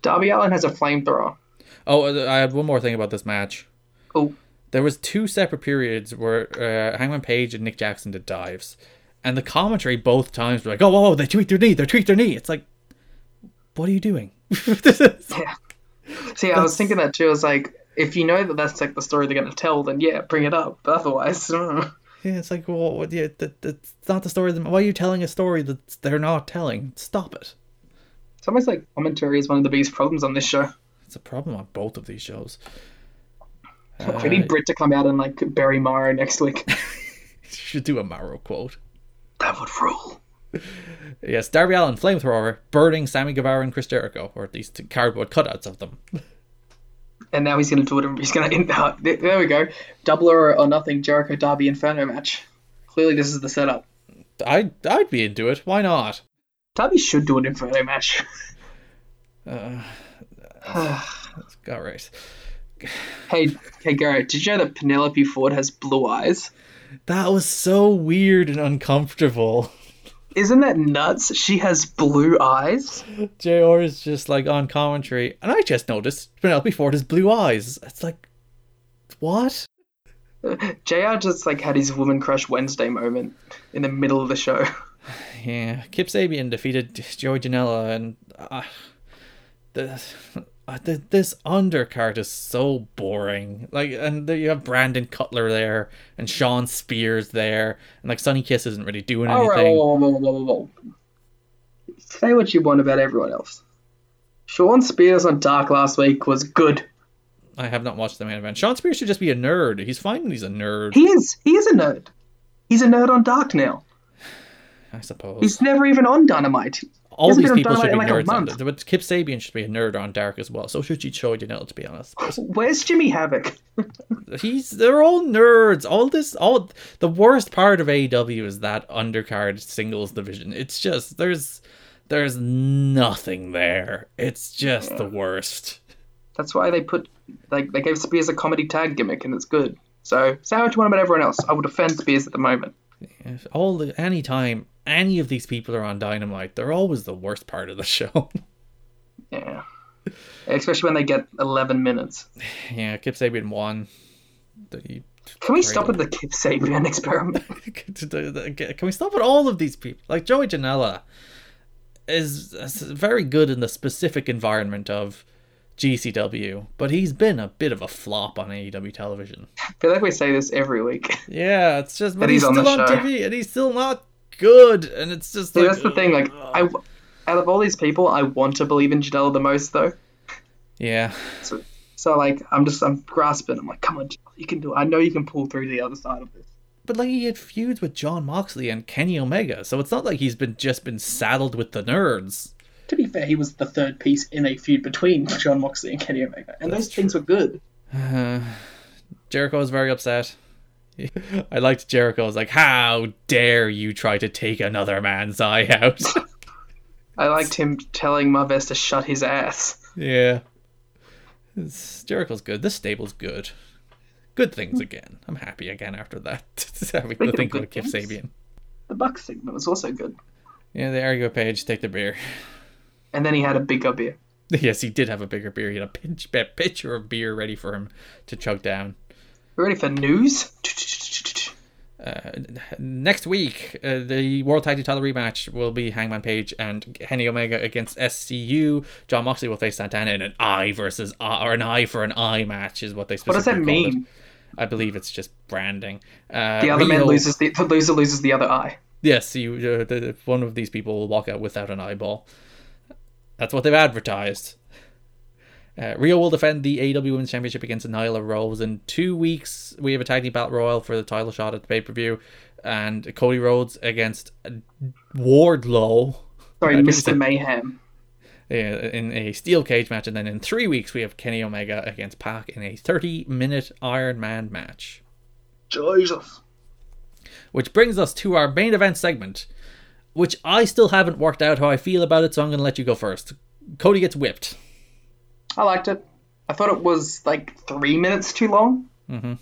Speaker 4: Darby Allen has a flamethrower.
Speaker 3: Oh, uh, I had one more thing about this match.
Speaker 4: Oh,
Speaker 3: There was two separate periods where uh, Hangman Page and Nick Jackson did dives, and the commentary both times were like, "Oh, whoa, whoa, they tweaked their knee, they tweaked their knee." It's like, what are you doing? *laughs*
Speaker 4: yeah. See, I was thinking that too. I was like, if you know that that's like the story they're going to tell, then yeah, bring it up. Otherwise, *laughs* mm.
Speaker 3: Yeah, it's like, well, what, yeah, that, that's not the story. Of them. Why are you telling a story that they're not telling? Stop it.
Speaker 4: It's almost like commentary is one of the biggest problems on this show.
Speaker 3: It's a problem on both of these shows. *laughs*
Speaker 4: I need Brit to come out and like bury Mara next week.
Speaker 3: You should do a Maro quote.
Speaker 4: that would rule.
Speaker 3: Yes, Darby Allen, flamethrower, burning Sammy Guevara and Chris Jericho, or at least cardboard cutouts of them.
Speaker 4: And now he's gonna do it. and He's gonna end up. There there we go. Double or, or nothing. Jericho Derby Inferno match. Clearly, this is the setup.
Speaker 3: I I'd be into it. Why not?
Speaker 4: Derby should do an Inferno match. *laughs*
Speaker 3: All right.
Speaker 4: hey, hey, Garrett. Did you know that Penelope Ford has blue eyes?
Speaker 3: That was so weird and uncomfortable. *laughs*
Speaker 4: Isn't that nuts? She has blue eyes.
Speaker 3: JR is just like on commentary, and I just noticed Penelope Ford has blue eyes. It's like, what?
Speaker 4: Jr. just like had his woman crush Wednesday moment in the middle of the show.
Speaker 3: Yeah, Kip Sabian defeated Joey Janela, and uh, the, uh, the this undercard is so boring. Like, and there you have Brandon Cutler there, and Sean Spears there, and like Sunny Kiss isn't really doing
Speaker 4: All
Speaker 3: anything.
Speaker 4: right, whoa, whoa, whoa, whoa, whoa, whoa. Say what you want about everyone else. Sean Spears on Dark last week was good.
Speaker 3: I have not watched the main event. Sean Spears should just be a nerd. He's fine. when He's a nerd,
Speaker 4: He is. He is a nerd. He's a nerd on Dark now.
Speaker 3: I suppose.
Speaker 4: He's never even on Dynamite. He
Speaker 3: all
Speaker 4: hasn't
Speaker 3: these
Speaker 4: been
Speaker 3: people
Speaker 4: on
Speaker 3: should be
Speaker 4: Dynamite in
Speaker 3: nerds.
Speaker 4: like a
Speaker 3: on
Speaker 4: month.
Speaker 3: it. But Kip Sabian should be a nerd on Dark as well. So should Joey Janela, to be honest.
Speaker 4: Where's Jimmy Havoc?
Speaker 3: He's they're all nerds. All this, all the worst part of AEW is that undercard singles division. It's just there's there's nothing there. It's just the worst.
Speaker 4: That's why they put like they gave Spears a comedy tag gimmick, and it's good. So say what you want about everyone else. I would defend Spears at the moment.
Speaker 3: If all the any time any of these people are on Dynamite, they're always the worst part of the *laughs* show.
Speaker 4: Yeah. *laughs* Especially when they get 11 minutes.
Speaker 3: yeah, Kip Sabian won. The-
Speaker 4: Can we stop at the Kip Sabian *laughs* experiment?
Speaker 3: *laughs* Can we stop with all of these people? Like Joey Janela is is very good in the specific environment of GCW, but he's been a bit of a flop on AEW television.
Speaker 4: I feel like we say this every week. *laughs*
Speaker 3: Yeah, it's just but
Speaker 4: And
Speaker 3: he's,
Speaker 4: he's on
Speaker 3: still
Speaker 4: the
Speaker 3: on,
Speaker 4: show.
Speaker 3: TV and he's still not good, and it's just
Speaker 4: See,
Speaker 3: like
Speaker 4: that's the thing. Like, I, out of all these people, I want to believe in Janela the most, though.
Speaker 3: yeah,
Speaker 4: So, so like, I'm just, I'm grasping. I'm like, come on, Janela, you can do it. I know you can pull through to the other side of this.
Speaker 3: but like he had feuds with John Moxley and Kenny Omega, so it's not like he's been just been saddled with the nerds.
Speaker 4: To be fair, he was the third piece in a feud between John Moxley and Kenny Omega, and those things were good.
Speaker 3: Jericho is very upset. *laughs* I liked Jericho. I was like, "How dare you try to take another man's eye out?" *laughs*
Speaker 4: I liked him telling Marvez to shut his ass.
Speaker 3: yeah, It's- Jericho's good. This stable's good. Good things again. I'm happy again after that. *laughs* Having to
Speaker 4: of
Speaker 3: think
Speaker 4: good
Speaker 3: about Kip
Speaker 4: things.
Speaker 3: Sabian.
Speaker 4: The Buck segment was also good,
Speaker 3: Yeah, they argue a page. Take the beer. *laughs*
Speaker 4: and then he had a bigger beer.
Speaker 3: yes, he did have a bigger beer. He had a pinch, a pitcher of beer ready for him to chug down.
Speaker 4: We ready for news?
Speaker 3: next week, uh, the World Tag Team title rematch will be Hangman Page and Henny Omega against SCU. John Moxley will face Santana in an eye versus eye, or an eye for an eye match is what they
Speaker 4: What does
Speaker 3: specifically
Speaker 4: that
Speaker 3: called it.
Speaker 4: mean?
Speaker 3: I believe it's just branding. Uh,
Speaker 4: The other man
Speaker 3: Riho-
Speaker 4: loses the, the loser loses the other eye.
Speaker 3: Yes, you, uh, the, the- one of these people will walk out without an eyeball. That's what they've advertised. Uh, Rio will defend the AEW Women's Championship against Nyla Rose in two weeks. We have a tag team battle royal for the title shot at the pay per view, and Cody Rhodes against uh, Wardlow
Speaker 4: Sorry,
Speaker 3: think it's a-
Speaker 4: Mr. Mayhem.
Speaker 3: uh, in a steel cage match. And then in three weeks, we have Kenny Omega against Pac in a 30 minute Iron Man match.
Speaker 4: Jesus.
Speaker 3: Which brings us to our main event segment, which I still haven't worked out how I feel about it, so I'm going to let you go first. Cody gets whipped.
Speaker 4: I liked it. I thought it was like three minutes too long. Mm-hmm.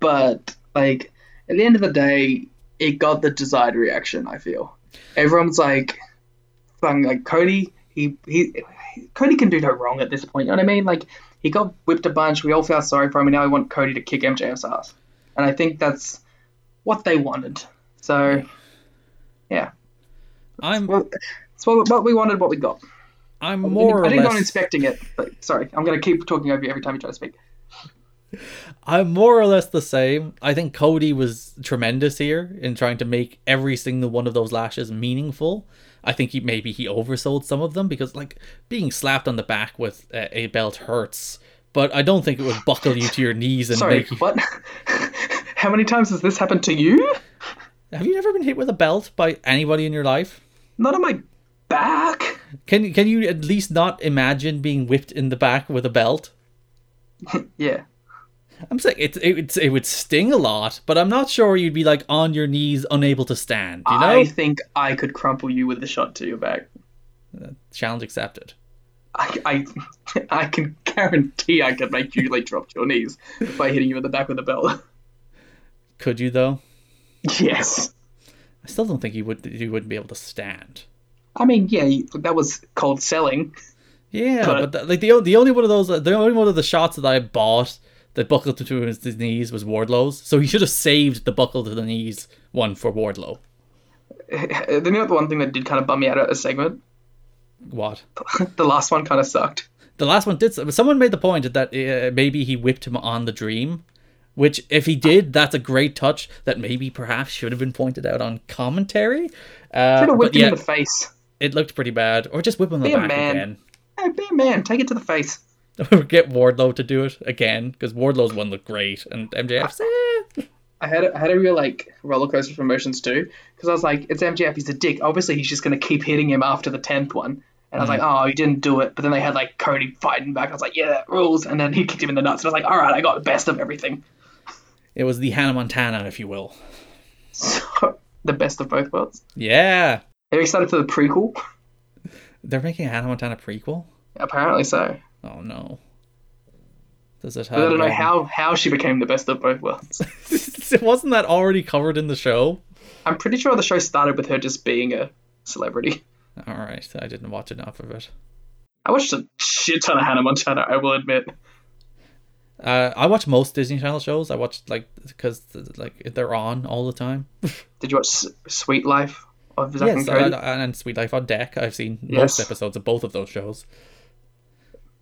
Speaker 4: But like at the end of the day, it got the desired reaction. I feel everyone's like, fucking like Cody. He he, Cody can do no wrong at this point. You know what I mean? Like he got whipped a bunch. We all felt sorry for him, and now we want Cody to kick MJF's ass. And I think that's what they wanted. So yeah,
Speaker 3: I'm
Speaker 4: well, it's what, what we wanted, what we got.
Speaker 3: I'm more
Speaker 4: I
Speaker 3: or
Speaker 4: didn't go on
Speaker 3: less
Speaker 4: inspecting it, but sorry, I'm gonna keep talking over you every time you try to speak.
Speaker 3: I'm more or less the same. I think Cody was tremendous here in trying to make every single one of those lashes meaningful. I think he maybe he oversold some of them because like being slapped on the back with uh, a belt hurts, but I don't think it would buckle you to your knees and
Speaker 4: Sorry,
Speaker 3: make you.
Speaker 4: what? *laughs* How many times has this happened to you?
Speaker 3: Have you ever been hit with a belt by anybody in your life?
Speaker 4: Not on my back.
Speaker 3: Can can you at least not imagine being whipped in the back with a belt?
Speaker 4: Yeah.
Speaker 3: I'm saying it it would, it would sting a lot, but I'm not sure you'd be like on your knees, unable to stand. You know,
Speaker 4: I think I could crumple you with a shot to your back.
Speaker 3: challenge accepted.
Speaker 4: I, *laughs* I, I can guarantee I could make you like drop to your knees by hitting you in the back with a belt. *laughs*
Speaker 3: Could you though?
Speaker 4: yes.
Speaker 3: I still don't think you would. You wouldn't be able to stand.
Speaker 4: I mean, yeah, you- that was cold selling.
Speaker 3: Yeah, but,
Speaker 4: But-
Speaker 3: the, like the o- the only one of those, the only one of the shots that I bought that buckled to his his knees was Wardlow's. So he should have saved the buckle to the knees one for Wardlow.
Speaker 4: Uh, Then you know the one thing that did kind of bum me out at a segment.
Speaker 3: What?
Speaker 4: The last one kind of sucked.
Speaker 3: The last one did. Someone made the point that uh, maybe he whipped him on the dream, which if he did, that's a great touch that maybe perhaps should have been pointed out on commentary. Uh,
Speaker 4: Could have
Speaker 3: but
Speaker 4: whipped him
Speaker 3: yeah,
Speaker 4: in the face.
Speaker 3: it looked pretty bad. Or just whip him on the
Speaker 4: Be a
Speaker 3: back
Speaker 4: man.
Speaker 3: again. *laughs*
Speaker 4: Hey, be a man. Take it to the face.
Speaker 3: Get Wardlow to do it again because Wardlow's one looked great, and
Speaker 4: *laughs*
Speaker 3: MJF's eh.
Speaker 4: I had I had a real like roller coaster of emotions too because I was like, it's MJF, he's a dick. Obviously, he's just gonna keep hitting him after the tenth one. And I was like, oh, he didn't do it. But then they had like Cody fighting back. I was like, yeah, that rules. And then he kicked him in the nuts. And I was like, all right, I got the best of everything. *laughs*
Speaker 3: It was the Hannah Montana, if you will.
Speaker 4: So the best of both worlds.
Speaker 3: Yeah,
Speaker 4: Are you excited for the prequel?
Speaker 3: they're making a Hannah Montana prequel.
Speaker 4: Apparently so.
Speaker 3: Oh no. Does it have?
Speaker 4: But I don't know how how she became the best of both worlds.
Speaker 3: *laughs* Wasn't that already covered in the show?
Speaker 4: I'm pretty sure the show started with her just being a celebrity.
Speaker 3: All right, I didn't watch enough of it.
Speaker 4: I watched a shit ton of Hannah Montana. I will admit.
Speaker 3: Uh, I watch most Disney Channel shows. I watch like because like they're on all the time.
Speaker 4: Did you watch S- Sweet Life of Zack
Speaker 3: Yes,
Speaker 4: and
Speaker 3: and,
Speaker 4: Cody?
Speaker 3: and Sweet Life on Deck. I've seen
Speaker 4: Yes.
Speaker 3: most episodes of both of those shows.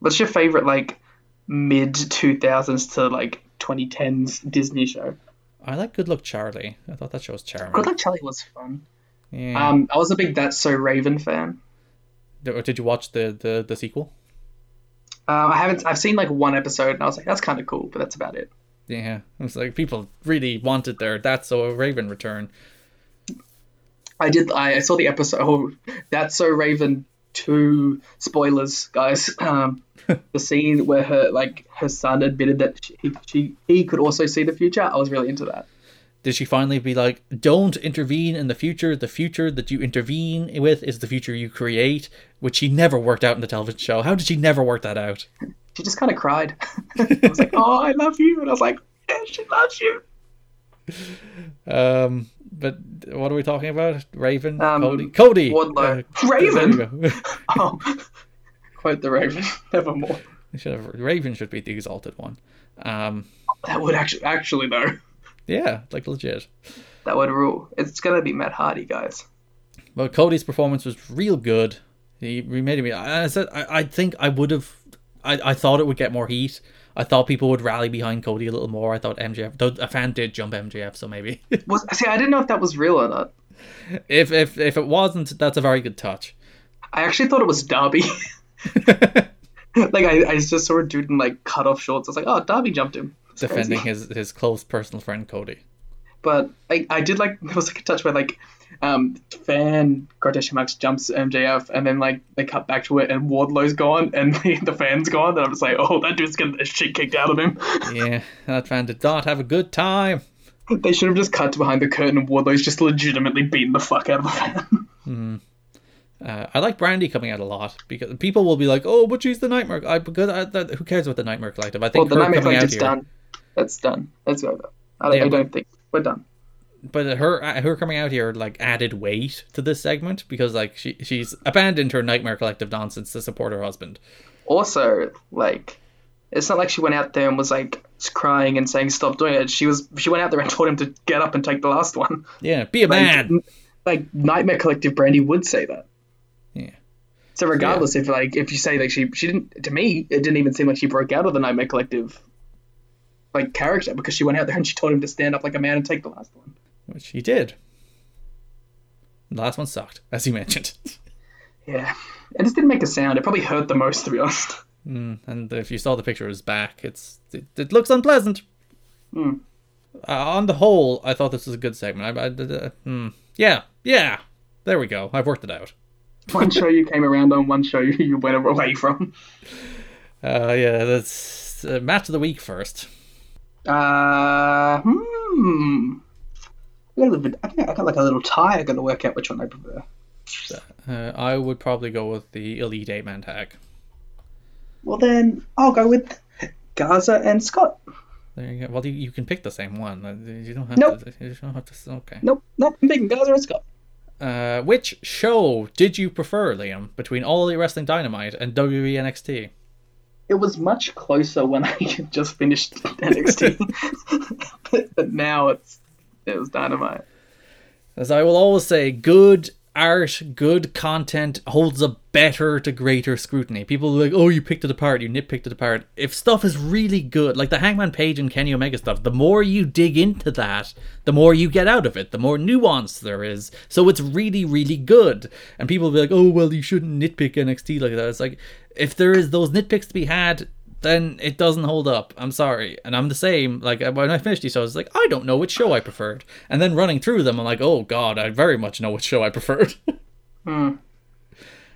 Speaker 4: What's your favorite like mid two thousands to like twenty tens Disney show?
Speaker 3: I like Good Luck Charlie. I thought that show was charming.
Speaker 4: Good Luck Charlie was fun.
Speaker 3: Yeah.
Speaker 4: Um, I was a big That's So Raven fan.
Speaker 3: D- Did you watch the, the, the sequel?
Speaker 4: Uh, I haven't. I've seen like one episode, and I was like, that's kind of cool, but that's about it.
Speaker 3: Yeah, it was like people really wanted their That's So Raven return.
Speaker 4: I did. I, I saw the episode. Oh, that's so Raven. Two spoilers, guys. *laughs* Um, the scene where her like her son admitted that she, he- she he could also see the future. I was really into that.
Speaker 3: Did she finally be like, "Don't intervene in the future. The future that you intervene with is the future you create," which she never worked out in the television show. How did she never work that out?
Speaker 4: She just kind of cried. *laughs* I was like, oh, I love you, and I was like, yeah, she loves you.
Speaker 3: Um, but what are we talking about? Raven,
Speaker 4: Um,
Speaker 3: Cody, Cody,
Speaker 4: Wardlow.
Speaker 3: Uh,
Speaker 4: *laughs* Raven?
Speaker 3: there we go. *laughs*
Speaker 4: Oh, quote the Raven. *laughs* Nevermore.
Speaker 3: They should have, Raven should be the exalted one. Um,
Speaker 4: That would actually actually though.
Speaker 3: yeah, like legit.
Speaker 4: That would rule. It's gonna be Matt Hardy, guys.
Speaker 3: But Cody's performance was real good. He, he made me. I I said I, I think I would have. I, I thought it would get more heat. I thought people would rally behind Cody a little more. I thought MJF. Though a fan did jump MJF, so maybe *laughs*
Speaker 4: Was see, I didn't know if that was real or not.
Speaker 3: if if if it wasn't, that's a very good touch.
Speaker 4: I actually thought it was Darby. *laughs* like I, I just saw a dude in like cut off shorts. I was like, oh, Darby jumped him. It's crazy.
Speaker 3: Defending his his close personal friend Cody.
Speaker 4: But I, I did like *laughs* there was like a touch where like um fan quotation marks jumps MJF and then like they cut back to it and Wardlow's gone and *laughs* the, the fan's gone and I'm just like, oh, that dude's getting the shit kicked out of him. *laughs*
Speaker 3: Yeah, that fan did not have a good time.
Speaker 4: they should have just cut to behind the curtain and Wardlow's just legitimately beating the fuck out of the fan.
Speaker 3: Uh, I like Brandy coming out a lot because people will be like, "Oh, but she's the Nightmare." I because I, that, who cares about the Nightmare Collective? I
Speaker 4: *laughs* well,
Speaker 3: think
Speaker 4: the
Speaker 3: her
Speaker 4: Nightmare
Speaker 3: coming out
Speaker 4: Collective's
Speaker 3: here-
Speaker 4: done. That's done. That's over. I, don't
Speaker 3: Yeah,
Speaker 4: I
Speaker 3: but-
Speaker 4: don't think we're done.
Speaker 3: but her uh, her coming out here like added weight to this segment because like she she's abandoned her nightmare collective nonsense to support her husband.
Speaker 4: also like it's not like she went out there and was like crying and saying stop doing it she was she went out there and *laughs* told him to get up and take the last one *laughs*
Speaker 3: Yeah, be a
Speaker 4: like, mm.
Speaker 3: man.
Speaker 4: n- like nightmare collective brandy would say that
Speaker 3: Yeah,
Speaker 4: so regardless if like if you say like she she didn't to me it didn't even seem like she broke out of the nightmare collective like character because she went out there and she told him to stand up like a man and take the last one.
Speaker 3: which he did. The last one sucked, as you *laughs* mentioned.
Speaker 4: Yeah, it just didn't make a sound. It probably hurt the most, to be honest. *laughs*
Speaker 3: and if you saw the picture of his back, it's it, it looks unpleasant. Uh, on the whole, I thought this was a good segment. I, I, did, uh, hmm. Yeah, yeah. There we go. I've worked it out.
Speaker 4: One show you came around on, one show *laughs* you you went away from.
Speaker 3: Uh, yeah, that's uh, match of the week first.
Speaker 4: Uh, hmm. A little bit. I think I got like a little tie. I got to work out which one I prefer.
Speaker 3: Uh, I would probably go with the Elite Eight Man tag.
Speaker 4: Well, then I'll go with Gaza and Scott.
Speaker 3: There you go. Well, you, you can pick the same one. Uh, You don't have
Speaker 4: Nope.
Speaker 3: to. You don't have to. Okay.
Speaker 4: Nope, nope. I'm picking Gaza and Scott.
Speaker 3: Uh, which show did you prefer, Liam, between All Elite Wrestling Dynamite and E WWE NXT?
Speaker 4: It was much closer when I *laughs* had just finished NXT, but, but now it's it was dynamite.
Speaker 3: As I will always say, good art, good content holds up better to greater scrutiny. People are like, oh, you picked it apart, you nitpicked it apart. If stuff is really good, like the Hangman Page and Kenny Omega stuff, the more you dig into that, the more you get out of it, the more nuance there is. So it's really, really good. And people will be like, oh, well, you shouldn't nitpick NXT like that. It's like, if there is those nitpicks to be had, then it doesn't hold up. I'm sorry. And I'm the same. Like uh, when I finished these shows, I was like, I don't know which show I preferred. And then running through them, I'm like, oh god, I very much know which show I preferred. *laughs*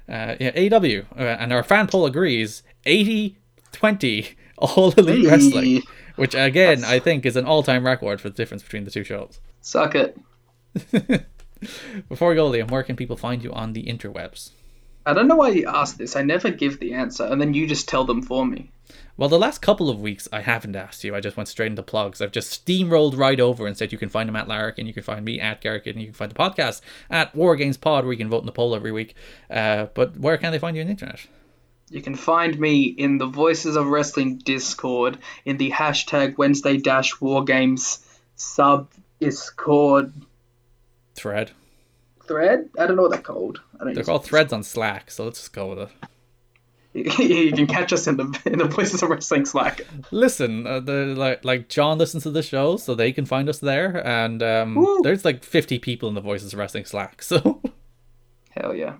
Speaker 3: Uh, yeah, AEW, uh, and our fan poll agrees 80 20 *laughs* All Elite
Speaker 4: Hey.
Speaker 3: Wrestling, which again, I think is an all time record for the difference between the two shows.
Speaker 4: Suck it.
Speaker 3: Before we go, Liam, where can people find you on the interwebs?
Speaker 4: I don't know why you asked this. I never give the answer, and then you just tell them for me.
Speaker 3: Well, the last couple of weeks, I haven't asked you. I just went straight into plugs. I've just steamrolled right over and said you can find them at Larrick, and you can find me at Garrick, and you can find the podcast at War Games Pod, where you can vote in the poll every week. Uh, but where can they find you on the internet?
Speaker 4: You can find me in the Voices of Wrestling Discord in the hashtag Wednesday Dash Wargames sub Discord
Speaker 3: Thread.
Speaker 4: thread. I don't know what they're called. I don't
Speaker 3: They're
Speaker 4: use-
Speaker 3: called threads on Slack, so let's just go with it.
Speaker 4: *laughs* you can catch us in the in the Voices of Wrestling Slack.
Speaker 3: Listen, uh, the like like John listens to the show, so they can find us there. And um,
Speaker 4: Woo.
Speaker 3: there's like 50 people in the Voices of Wrestling Slack, *laughs* so
Speaker 4: Hell yeah.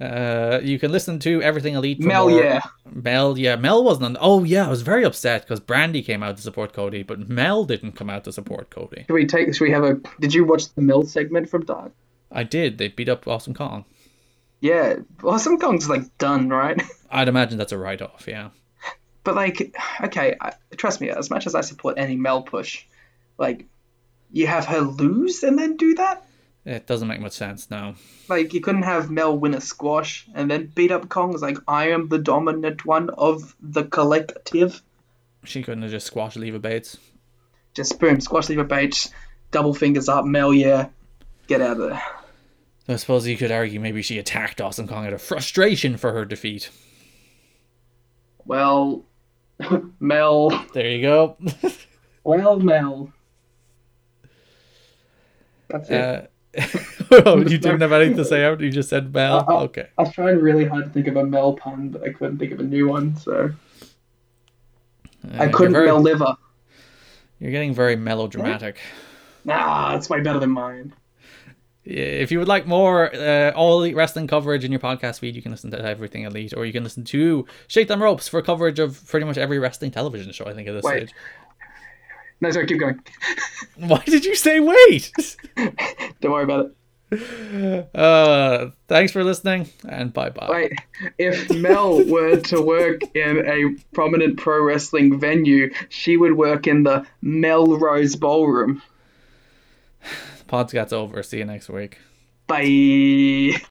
Speaker 3: uh, you can listen to everything Elite. for
Speaker 4: Mel,
Speaker 3: more-
Speaker 4: yeah.
Speaker 3: Mel, yeah, Mel wasn't on. Oh, yeah, I was very upset because Brandy came out to support Cody, but Mel didn't come out to support Cody.
Speaker 4: Should we take? Should we have a? Did you watch the Mill segment from Dark?
Speaker 3: I did. They beat up Awesome Kong.
Speaker 4: Yeah. Awesome Kong's like done, right? *laughs*
Speaker 3: I'd imagine that's a write off, yeah.
Speaker 4: But like, okay, I, trust me. As much as I support any Mel push, like, you have her lose and then do that.
Speaker 3: It doesn't make much sense now.
Speaker 4: Like, you couldn't have Mel win a squash and then beat up Kong. It's like, I am the dominant one of the collective.
Speaker 3: She couldn't have just squashed Leva Bates.
Speaker 4: Just boom, squash lever bait, double fingers up, Mel, yeah, get out of there.
Speaker 3: So I suppose you could argue maybe she attacked Awesome Kong out of frustration for her defeat.
Speaker 4: Well, *laughs* Mel,
Speaker 3: There you go.
Speaker 4: well, Mel. That's it.
Speaker 3: Uh, *laughs* oh, you didn't have anything to say after you just said Mel?
Speaker 4: Uh-uh.
Speaker 3: Okay.
Speaker 4: I was trying really hard to think of a Mel pun, but I couldn't think of a new one, so I
Speaker 3: Uh, you're
Speaker 4: couldn't
Speaker 3: very-
Speaker 4: Mel liver.
Speaker 3: You're getting very melodramatic.
Speaker 4: Nah, that's way better than mine.
Speaker 3: If you would like more uh, all elite wrestling coverage in your podcast feed, you can listen to everything elite, or you can listen to Shake Them Ropes for coverage of pretty much every wrestling television show. I think at this
Speaker 4: Wait.
Speaker 3: stage. *laughs*
Speaker 4: No, sorry, keep going. *laughs*
Speaker 3: Why did you say wait? *laughs*
Speaker 4: Don't worry about it.
Speaker 3: uh, thanks for listening, and bye bye.
Speaker 4: Wait, if Mel were to work in a prominent pro wrestling venue, she would work in the Melrose Ballroom.
Speaker 3: Pod's got's over. See you next week.
Speaker 4: Bye.